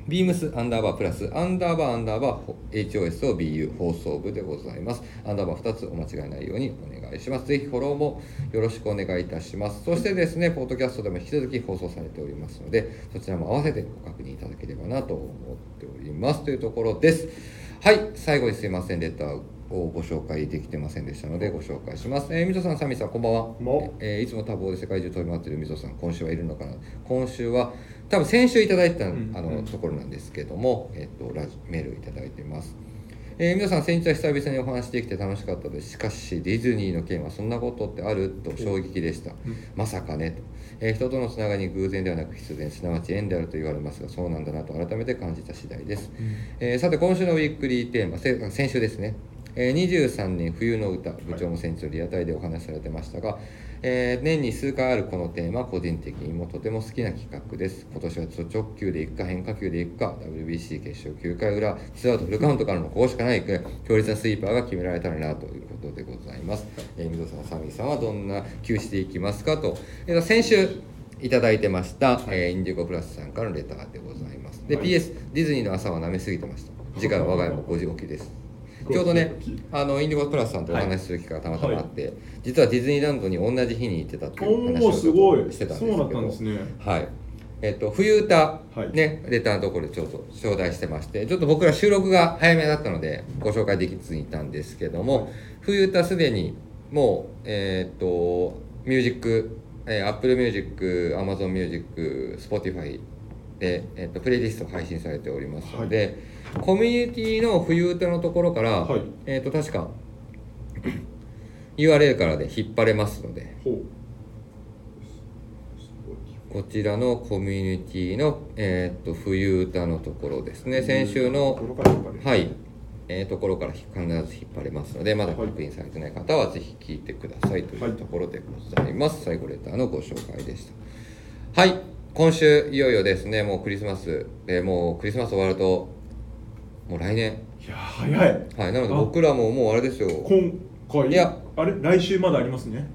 S1: ビームスアンダーバープラスアンダーバーアンダーバー HOSOBU 放送部でございます。アンダーバー2つお間違いないようにお願いします。ぜひフォローもよろしくお願いいたします。そしてですね、ポッドキャストでも引き続き放送されておりますので、そちらも合わせてご確認いただければなと思っております。というところです。はい、最後にすいません、レターをご紹介できてませんでしたのでご紹介します。えー、みぞさん、サミさん、こんばんは。
S2: んばんは
S1: えーいつも多忙で世界中飛び回ってるみぞさん、今週はいるのかな今週は、多分先週いただいた、
S2: うん
S1: あ
S2: う
S1: の
S2: ん
S1: ところなんですけども、えっとラジメールをいただいてます。えー皆さん先日は久々にお話できて楽しかったですしかしディズニーの件はそんなことってあると衝撃でした、まさかねと、えー人とのつながりに偶然ではなく必然すなわち縁であると言われますがそうなんだなと改めて感じた次第です、えーさて今週のウィークリーテーマせ先週ですね、えー23年冬の歌部長も先日のリアタイでお話しされてましたが、えー年に数回あるこのテーマ個人的にもとても好きな企画です今年は直球でいくか変化球でいくか WBC 決勝9回裏ツーアウトフルカウントからのここしかない強烈なスイーパーが決められたらなということでございます、えー、水戸さんサミーさんはどんな球していきますかと、えー先週いただいてました、えーインディゴプラスさんからのレターでございますで、
S2: はい
S1: PS ディズニーの朝は舐めすぎてました次回は我が家も5時起きですちょうどね
S2: ゴーストドキ
S1: あのインディゴプラスさんとお話しする機会がたまたまあって、実はディズニーランドに同じ日に行ってたっていう話
S2: お
S1: を
S2: おすご
S1: ちょっ
S2: い
S1: としてたんです
S2: そ
S1: け
S2: うだ
S1: ど
S2: ったんですね
S1: はいえっと冬歌、
S2: はい
S1: ねレターのところでちょっと頂戴してましてちょっと僕ら収録が早めだったのでご紹介できずにいたんですけども、冬歌すでにもうえっとミュージック、えー、Apple Music、Amazon Music、Spotify で、えっとプレイリスト配信されておりますので、コミュニティの冬歌のところから、
S2: はい
S1: えっと確か URL からで引っ張れますので
S2: ほう
S1: こちらのコミュニティの、えーっと冬歌のところですね先週
S2: と
S1: の
S2: ころからやっぱり
S1: はい、えーところから必ず引っ張れますのでまだ
S2: はい
S1: 確認されてない方はぜひ聞いてくださいというところでございます、最後レターのご紹介でしたはい今週いよいよですねもうクリスマス、えーもうクリスマス終わるともう来年
S2: いや早い
S1: はいなので
S2: あ
S1: 僕らももうあれですよ
S2: 今回
S1: いや
S2: あれ来週まだありますね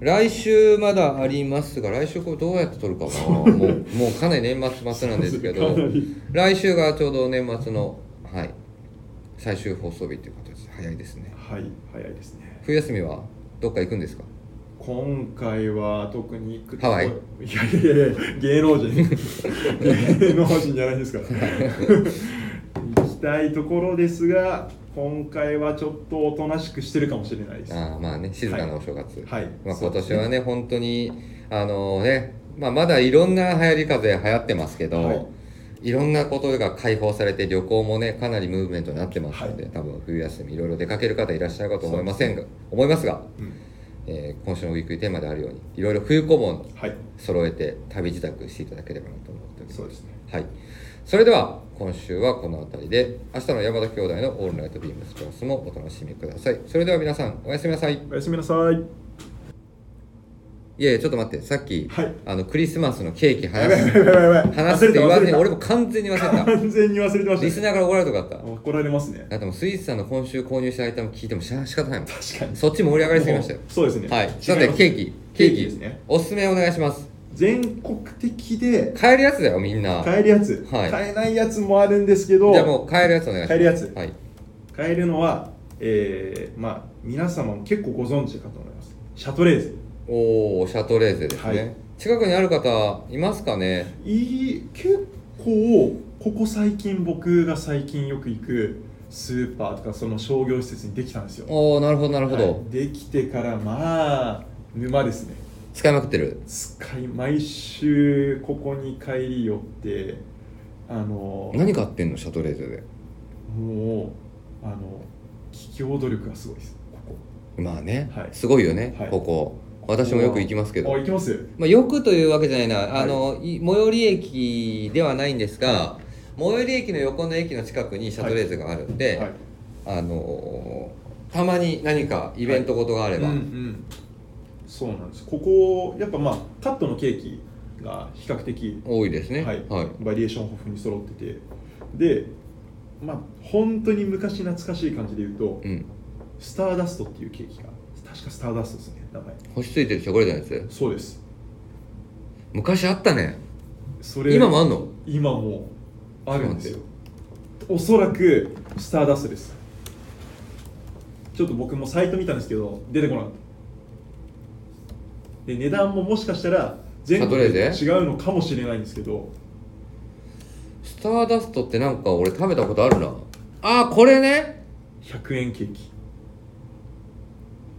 S1: 来週まだありますが来週これどうやって撮るかなもうもうかなり年末末なんですけ ど
S2: かなり
S1: 来週がちょうど年末の、はい、最終放送日という形で早いですね
S2: はい早いですね
S1: 冬休みはどっか行くんですか
S2: 今回は特に行くとこ
S1: ハワイ
S2: いやいやいやいや芸能人芸能人じゃないですから行きたいところですが今回はちょっとおとなしくしてるかもしれないですは
S1: ああまあね静かなお正月、
S2: い、
S1: まあ、
S2: そ
S1: 今
S2: うです
S1: 年はね本当にあのね、まあ、まだいろんな流行り風邪流行ってますけど、
S2: はい
S1: いろんなことが解放されて旅行もねかなりムーブメントになってますので、多分冬休みいろいろ出かける方いらっしゃるかと思いませんが、思いますが、
S2: うん
S1: えー今週のウィークリーテーマであるようにいろいろ冬顧問
S2: はい
S1: 揃えて旅支度していただければなと思っております
S2: そうですね
S1: はい、それでは今週はこの辺りで明日の山田兄弟の「オールナイトビームスプラス」もお楽しみくださいそれでは皆さんおやすみなさい
S2: おやすみなさい
S1: いやいやちょっと待ってさっき、
S2: はい
S1: あのクリスマスのケーキ
S2: やばいや
S1: 話
S2: ばいやばいやばい
S1: 話すって言わずに
S2: 忘
S1: 俺
S2: れ
S1: も完全に忘れ
S2: た忘れた
S1: た
S2: 完全に忘れてま
S1: リ
S2: し
S1: ス
S2: た
S1: ナーから怒られるとこだった
S2: 怒られますね
S1: だってもうスイーツさんの今週購入したアイテム聞いてもしゃ仕方ないもん
S2: 確かに
S1: そっち盛り上がりすぎましたよ
S2: そうですね
S1: はい
S2: 違ます
S1: さてケーキケーキ
S2: ですね
S1: おすすめお願いします
S2: 全国的で
S1: 買えるやつだよみんな
S2: 買えるやつ、
S1: はい
S2: 買えないやつもあるんですけど
S1: じゃあもう買えるやつお願いします
S2: 買えるやつ
S1: はい
S2: 買えるのは、えー、まあ皆様も結構ご存知かと思いますシャトレーゼ
S1: おおシャトレーゼですね、
S2: はい
S1: 近くにある方いますかね
S2: いい結構ここ最近僕が最近よく行くスーパーとかその商業施設にできたんですよ
S1: おおなるほどなるほど、
S2: はいできてからまあ沼ですね
S1: 使いまくってる
S2: 使い毎週ここに帰り寄ってあの
S1: 何買ってんのシャトレーゼで
S2: もうあの企業努力がすごいですここ
S1: まあね、
S2: はい
S1: すごいよね、
S2: はい
S1: ここ私もよく行きますけど
S2: あ行きます
S1: まあ、よくというわけじゃないな、
S2: はい
S1: あのい最寄り駅ではないんですが、最寄り駅の横の駅の近くにシャトレーゼがあるんで、
S2: はい
S1: あのーたまに何かイベントごとがあれば、
S2: うんうん、そうなんですここやっぱまあカットのケーキが比較的、
S1: 多いですね
S2: はい
S1: はい、
S2: バリエーション豊富に揃っててでまあ本当に昔懐かしい感じで言うと
S1: うん
S2: スターダストっていうケーキが確かスターダストですね名前
S1: 星ついてるチョコレートのやつ
S2: そうです
S1: 昔あったね
S2: それ
S1: 今もあんの
S2: 今もあるんですよおそらくスターダストですちょっと僕もサイト見たんですけど出てこなかったで値段ももしかしたら全
S1: シャ
S2: 国
S1: トレ
S2: で
S1: ーゼ
S2: 違うのかもしれないんですけど
S1: スターダストってなんか俺食べたことあるなあーこれね
S2: 100円ケーキ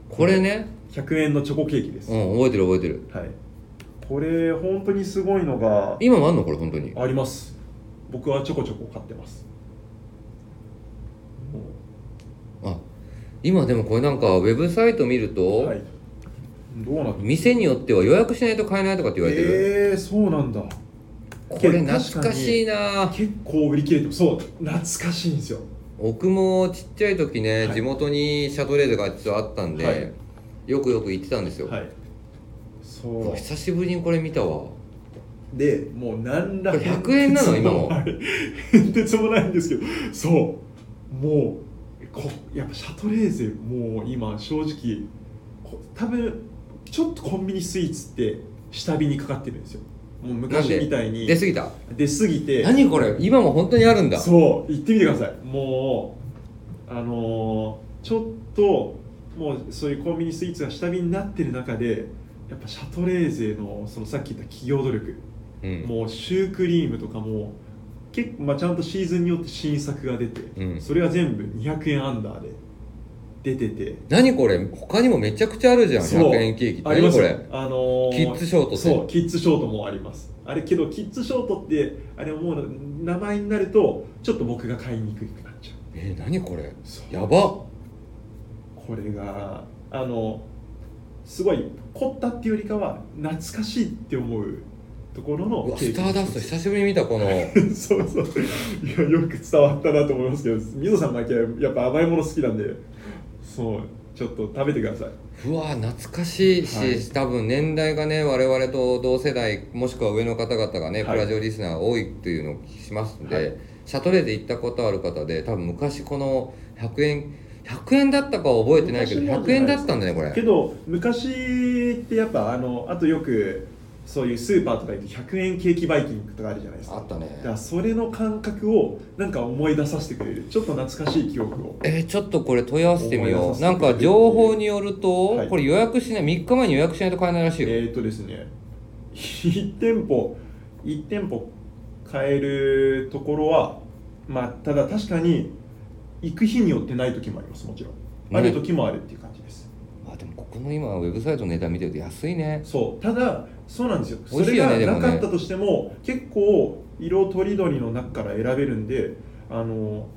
S1: これね
S2: 100円のチョコケーキです、
S1: う
S2: はい
S1: ん覚えてる覚えてる
S2: これ本当にすごいのが
S1: 今もあんのこれ本当に
S2: あります僕はちょこちょこ買ってます
S1: あ今でもこれなんかウェブサイト見ると、
S2: はいどうなって
S1: 店によっては予約しないと買えないとかって言われてる、
S2: えー、そうなんだ
S1: これ懐かしいな
S2: 結構売り切れてもそう懐かしいんですよ
S1: 僕もちっちゃい時ね、
S2: はい
S1: 地元にシャトレーゼが実はあったんで、
S2: はい
S1: よくよく行ってたんですよ、
S2: はいそうう
S1: わ久しぶりにこれ見たわ
S2: でもう何ら
S1: これ100円なの
S2: 変哲
S1: 今も
S2: はい変哲もないんですけどそうもうこやっぱシャトレーゼもう今正直こ多分ちょっとコンビニスイーツって下火にかかってるんですよもう昔
S1: なんで
S2: みたいに
S1: 出過ぎた
S2: 出過ぎて
S1: 何これ今も本当にあるんだ
S2: そう行ってみてくださいもうあのーちょっともうそういうコンビニスイーツが下火になってる中でやっぱシャトレーゼのそのさっき言った企業努力、
S1: うん
S2: もうシュークリームとかも結構、まあ、ちゃんとシーズンによって新作が出て、
S1: うん
S2: それが全部200円アンダーで出てて
S1: 何これ他にもめちゃくちゃあるじゃん
S2: そう
S1: 100円ケーキって
S2: ありま
S1: 何
S2: す
S1: こ
S2: よ
S1: れ
S2: あのー
S1: キッズショートって
S2: そうキッズショートもありますあれけどキッズショートってあれもう名前になるとちょっと僕が買いにくくなっちゃう
S1: え何これ
S2: そう
S1: やば
S2: これがあのすごい凝ったっていうよりかは懐かしいって思うところ
S1: う
S2: の
S1: わスターダスト久しぶりに見たこの
S2: そうそういやよく伝わったなと思いますけどみぞさんだけやっぱ甘いもの好きなんでそうちょっと食べてください、
S1: うわ懐かしいし、
S2: はい
S1: 多分年代がね我々と同世代もしくは上の方々がね、
S2: はい
S1: プラジオリスナーが多いっていうのをお聞きしますんで、
S2: はい
S1: シャトレーゼ行ったことある方で多分昔この100円100円だったかは覚えてないけど
S2: 昔の
S1: 100円だったんだねこれ
S2: けど昔ってやっぱあのあとよくそういうスーパーとか行く100円ケーキバイキングとかあるじゃないです
S1: あ
S2: か
S1: ったね
S2: だからそれの感覚をなんか思い出させてくれるちょっと懐かしい記憶を
S1: えーちょっとこれ問い合わせてみよ
S2: 思い出さ
S1: う
S2: せて
S1: なんか情報によると、
S2: はい
S1: これ予約しない3日前に予約しないと買えないらしいよ、
S2: えー、っとですね1店舗1店舗買えるところはまあただ確かに行く日によってない時もありますもちろんある時もあるっていう感じです、
S1: あでもここの今ウェブサイトの値段見てると安いね
S2: そうただそうなんですよ
S1: 美味
S2: そ
S1: しい
S2: れ
S1: よね
S2: が
S1: でも
S2: な
S1: ね
S2: かったとしても結構色とりどりの中から選べるんであの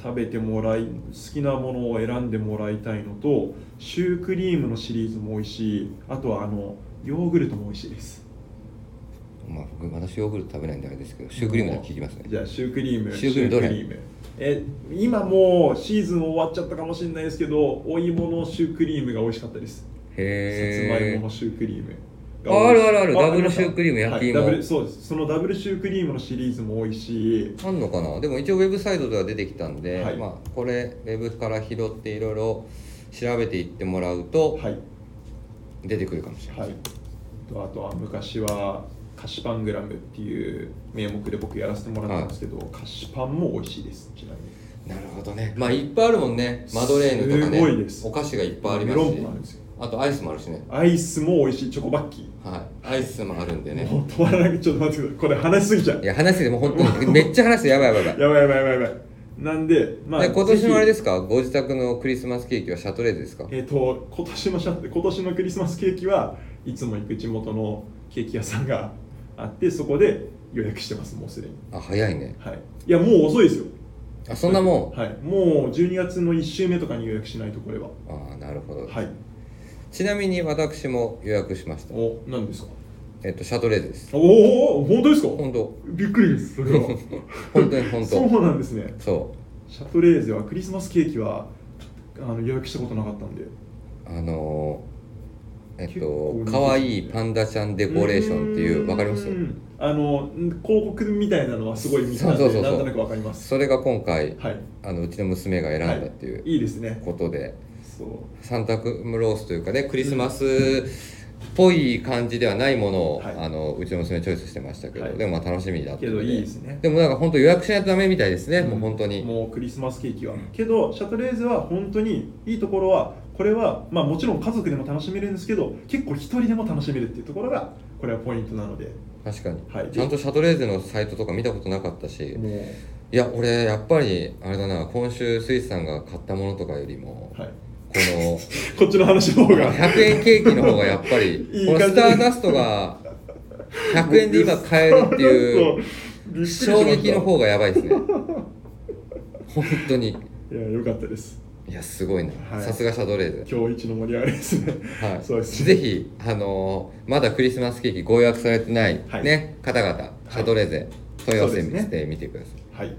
S2: 食べてもらい好きなものを選んでもらいたいのとシュークリームのシリーズも美味しいあとはあのヨーグルトも美味しいです
S1: まあ僕私ヨーグルト食べないんであれですけどシュークリームだけ聞きますね
S2: じゃあシュークリーム
S1: シュークリームどれ
S2: シムえ今もうシーズン終わっちゃったかもしれないですけどお芋のシュークリームが美味しかったですさつまい
S1: へ
S2: ものシュークリーム
S1: ああるあるあるダブル
S2: りました
S1: シュークリーム焼き芋
S2: はい、ダブルそうですそのダブルシュークリームのシリーズも美味しい
S1: えあんのかなでも一応ウェブサイトでは出てきたんで、
S2: はい
S1: まあ、これウェブから拾っていろいろ調べていってもらうと
S2: はい
S1: 出てくるかもしれない、
S2: はいとあとは昔は菓子パングラムっていう名目で僕やらせてもらったんですけど、菓子パンも美味しいですちなみに
S1: なるほどねまあいっぱいあるもんねマドレーヌとかね
S2: すごいです
S1: お菓子がいっぱいありま
S2: メ
S1: す
S2: ロン
S1: し
S2: もあるんですよ
S1: あとアイスもあるしね
S2: アイスも美味しいチョコバッキー
S1: はいアイスもあるんで ね
S2: もう止まらなくちょっと待ってくださいこれ話しすぎちゃう
S1: いや話しててもう本当にめっちゃ話してやばいやばいやばい
S2: や ばいやばいやばいやばいなんでまあ
S1: で今年のあれですすかご自宅のクリスマスケーキはシャトレーゼですか
S2: えっ、と今年のシャ今年のクリスマスケーキはいつも行く地元のケーキ屋さんがあってそこで予約してますもうすでに
S1: あ早いね
S2: はいいやもう遅いですよ
S1: あそんなも
S2: はいもう12月の1週目とかに予約しないとこれは
S1: んああなるほど、
S2: はい
S1: ちなみに私も予約しました
S2: お何ですか
S1: えっとシャトレーゼです
S2: おお本当ですか
S1: 本当
S2: びっくりですそれは
S1: 本当に本当
S2: そうなんですね
S1: そ
S2: シャトレーゼはクリスマスケーキはあの予約したことなかったんで
S1: うあのーえっ
S2: 結構
S1: と
S2: 人気
S1: 可愛いパンダちゃんデコレーションっていうわかります
S2: うんあのん広告みたいなのはすごい見たん
S1: そうそ
S2: で
S1: うそうそう
S2: なんとなくわかります
S1: それが今回
S2: はい
S1: あのうちの娘が選んだっていう
S2: いいですね
S1: ことで、
S2: そう
S1: サンタクロースというかねクリスマスっぽい感じではないものを、
S2: はい
S1: あのうちの娘チョイスしてましたけど、
S2: はい
S1: でもまあ楽しみになって
S2: けどいいですね
S1: でもなんか本当予約しないとダメみたいですね、もう本当に
S2: もうクリスマスケーキはけどシャトレーゼは本当にいいところはこれはまあもちろん家族でも楽しめるんですけど結構一人でも楽しめるっていうところがこれはポイントなので
S1: 確かに、
S2: はい
S1: ちゃんとシャトレーゼのサイトとか見たことなかったし
S2: もう
S1: いや俺やっぱりあれだな今週スイスさんが買ったものとかよりも
S2: はい
S1: この
S2: こっちの話の方が
S1: 100円ケーキの方がやっぱり
S2: いい
S1: この
S2: 感
S1: ス
S2: じ
S1: ターダストが100円で今買えるって いう
S2: う
S1: 衝撃の方がやばい ですね本当に
S2: いや良かったです
S1: いやすごいな
S2: はい
S1: さすがシャトレーゼ、
S2: 今日一の盛り上がりですね
S1: はい、
S2: そうですね
S1: ぜひあのーまだクリスマスケーキご予約されてない、
S2: はい
S1: ね方々シャトレーゼ、問い合わせしてみてください、
S2: はい
S1: はい、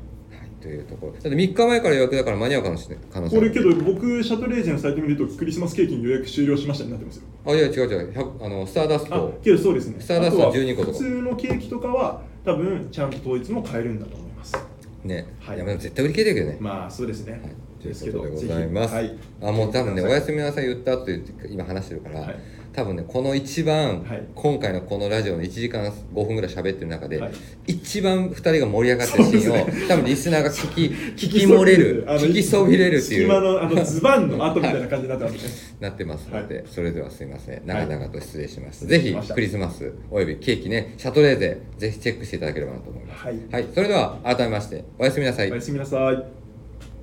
S1: というところだって3日前から予約だから間に合うかもしれない可能性
S2: こ
S1: ある
S2: れけど僕シャトレーゼのサイト見るとクリスマスケーキに予約終了しましたになってますよ
S1: あいや違う違う100あのスターダス
S2: あ
S1: ト
S2: けどそうですね
S1: スターダストは
S2: あと
S1: 12個とか
S2: 普通のケーキとかは多分ちゃんと統一も買えるんだと思います
S1: ね、
S2: はい
S1: い、やでも絶対売り切れてるけどね、
S2: まあそうですね、
S1: はい、と
S2: で
S1: いう
S2: すけ
S1: こ
S2: ど
S1: とでございます、
S2: ぜひはい
S1: あもう多分ね
S2: ぜひ
S1: おやすみなさい言った後言って今話してるから、
S2: はい
S1: 多多分ねこの一番、
S2: はい
S1: 今回のこのラジオの1時間5分ぐらい喋ってる中で、
S2: はい
S1: 一番2人が盛り上がったシーンを、多分リスナーが聞き 聞き漏れる
S2: あの
S1: 聞きそびれるってい
S2: 隙間
S1: う
S2: のあのズバンの後みたいな感じになってますね。
S1: なってますので、それではすいません
S2: は
S1: 長
S2: い
S1: 々と失礼しました、
S2: 失礼し
S1: ぜ
S2: まし
S1: ひ
S2: た
S1: クリスマスおよびケーキねシャトレーゼぜひチェックしていただければなと思います
S2: はい
S1: はい、それでは改めましておやすみなさい
S2: おやすみなさい。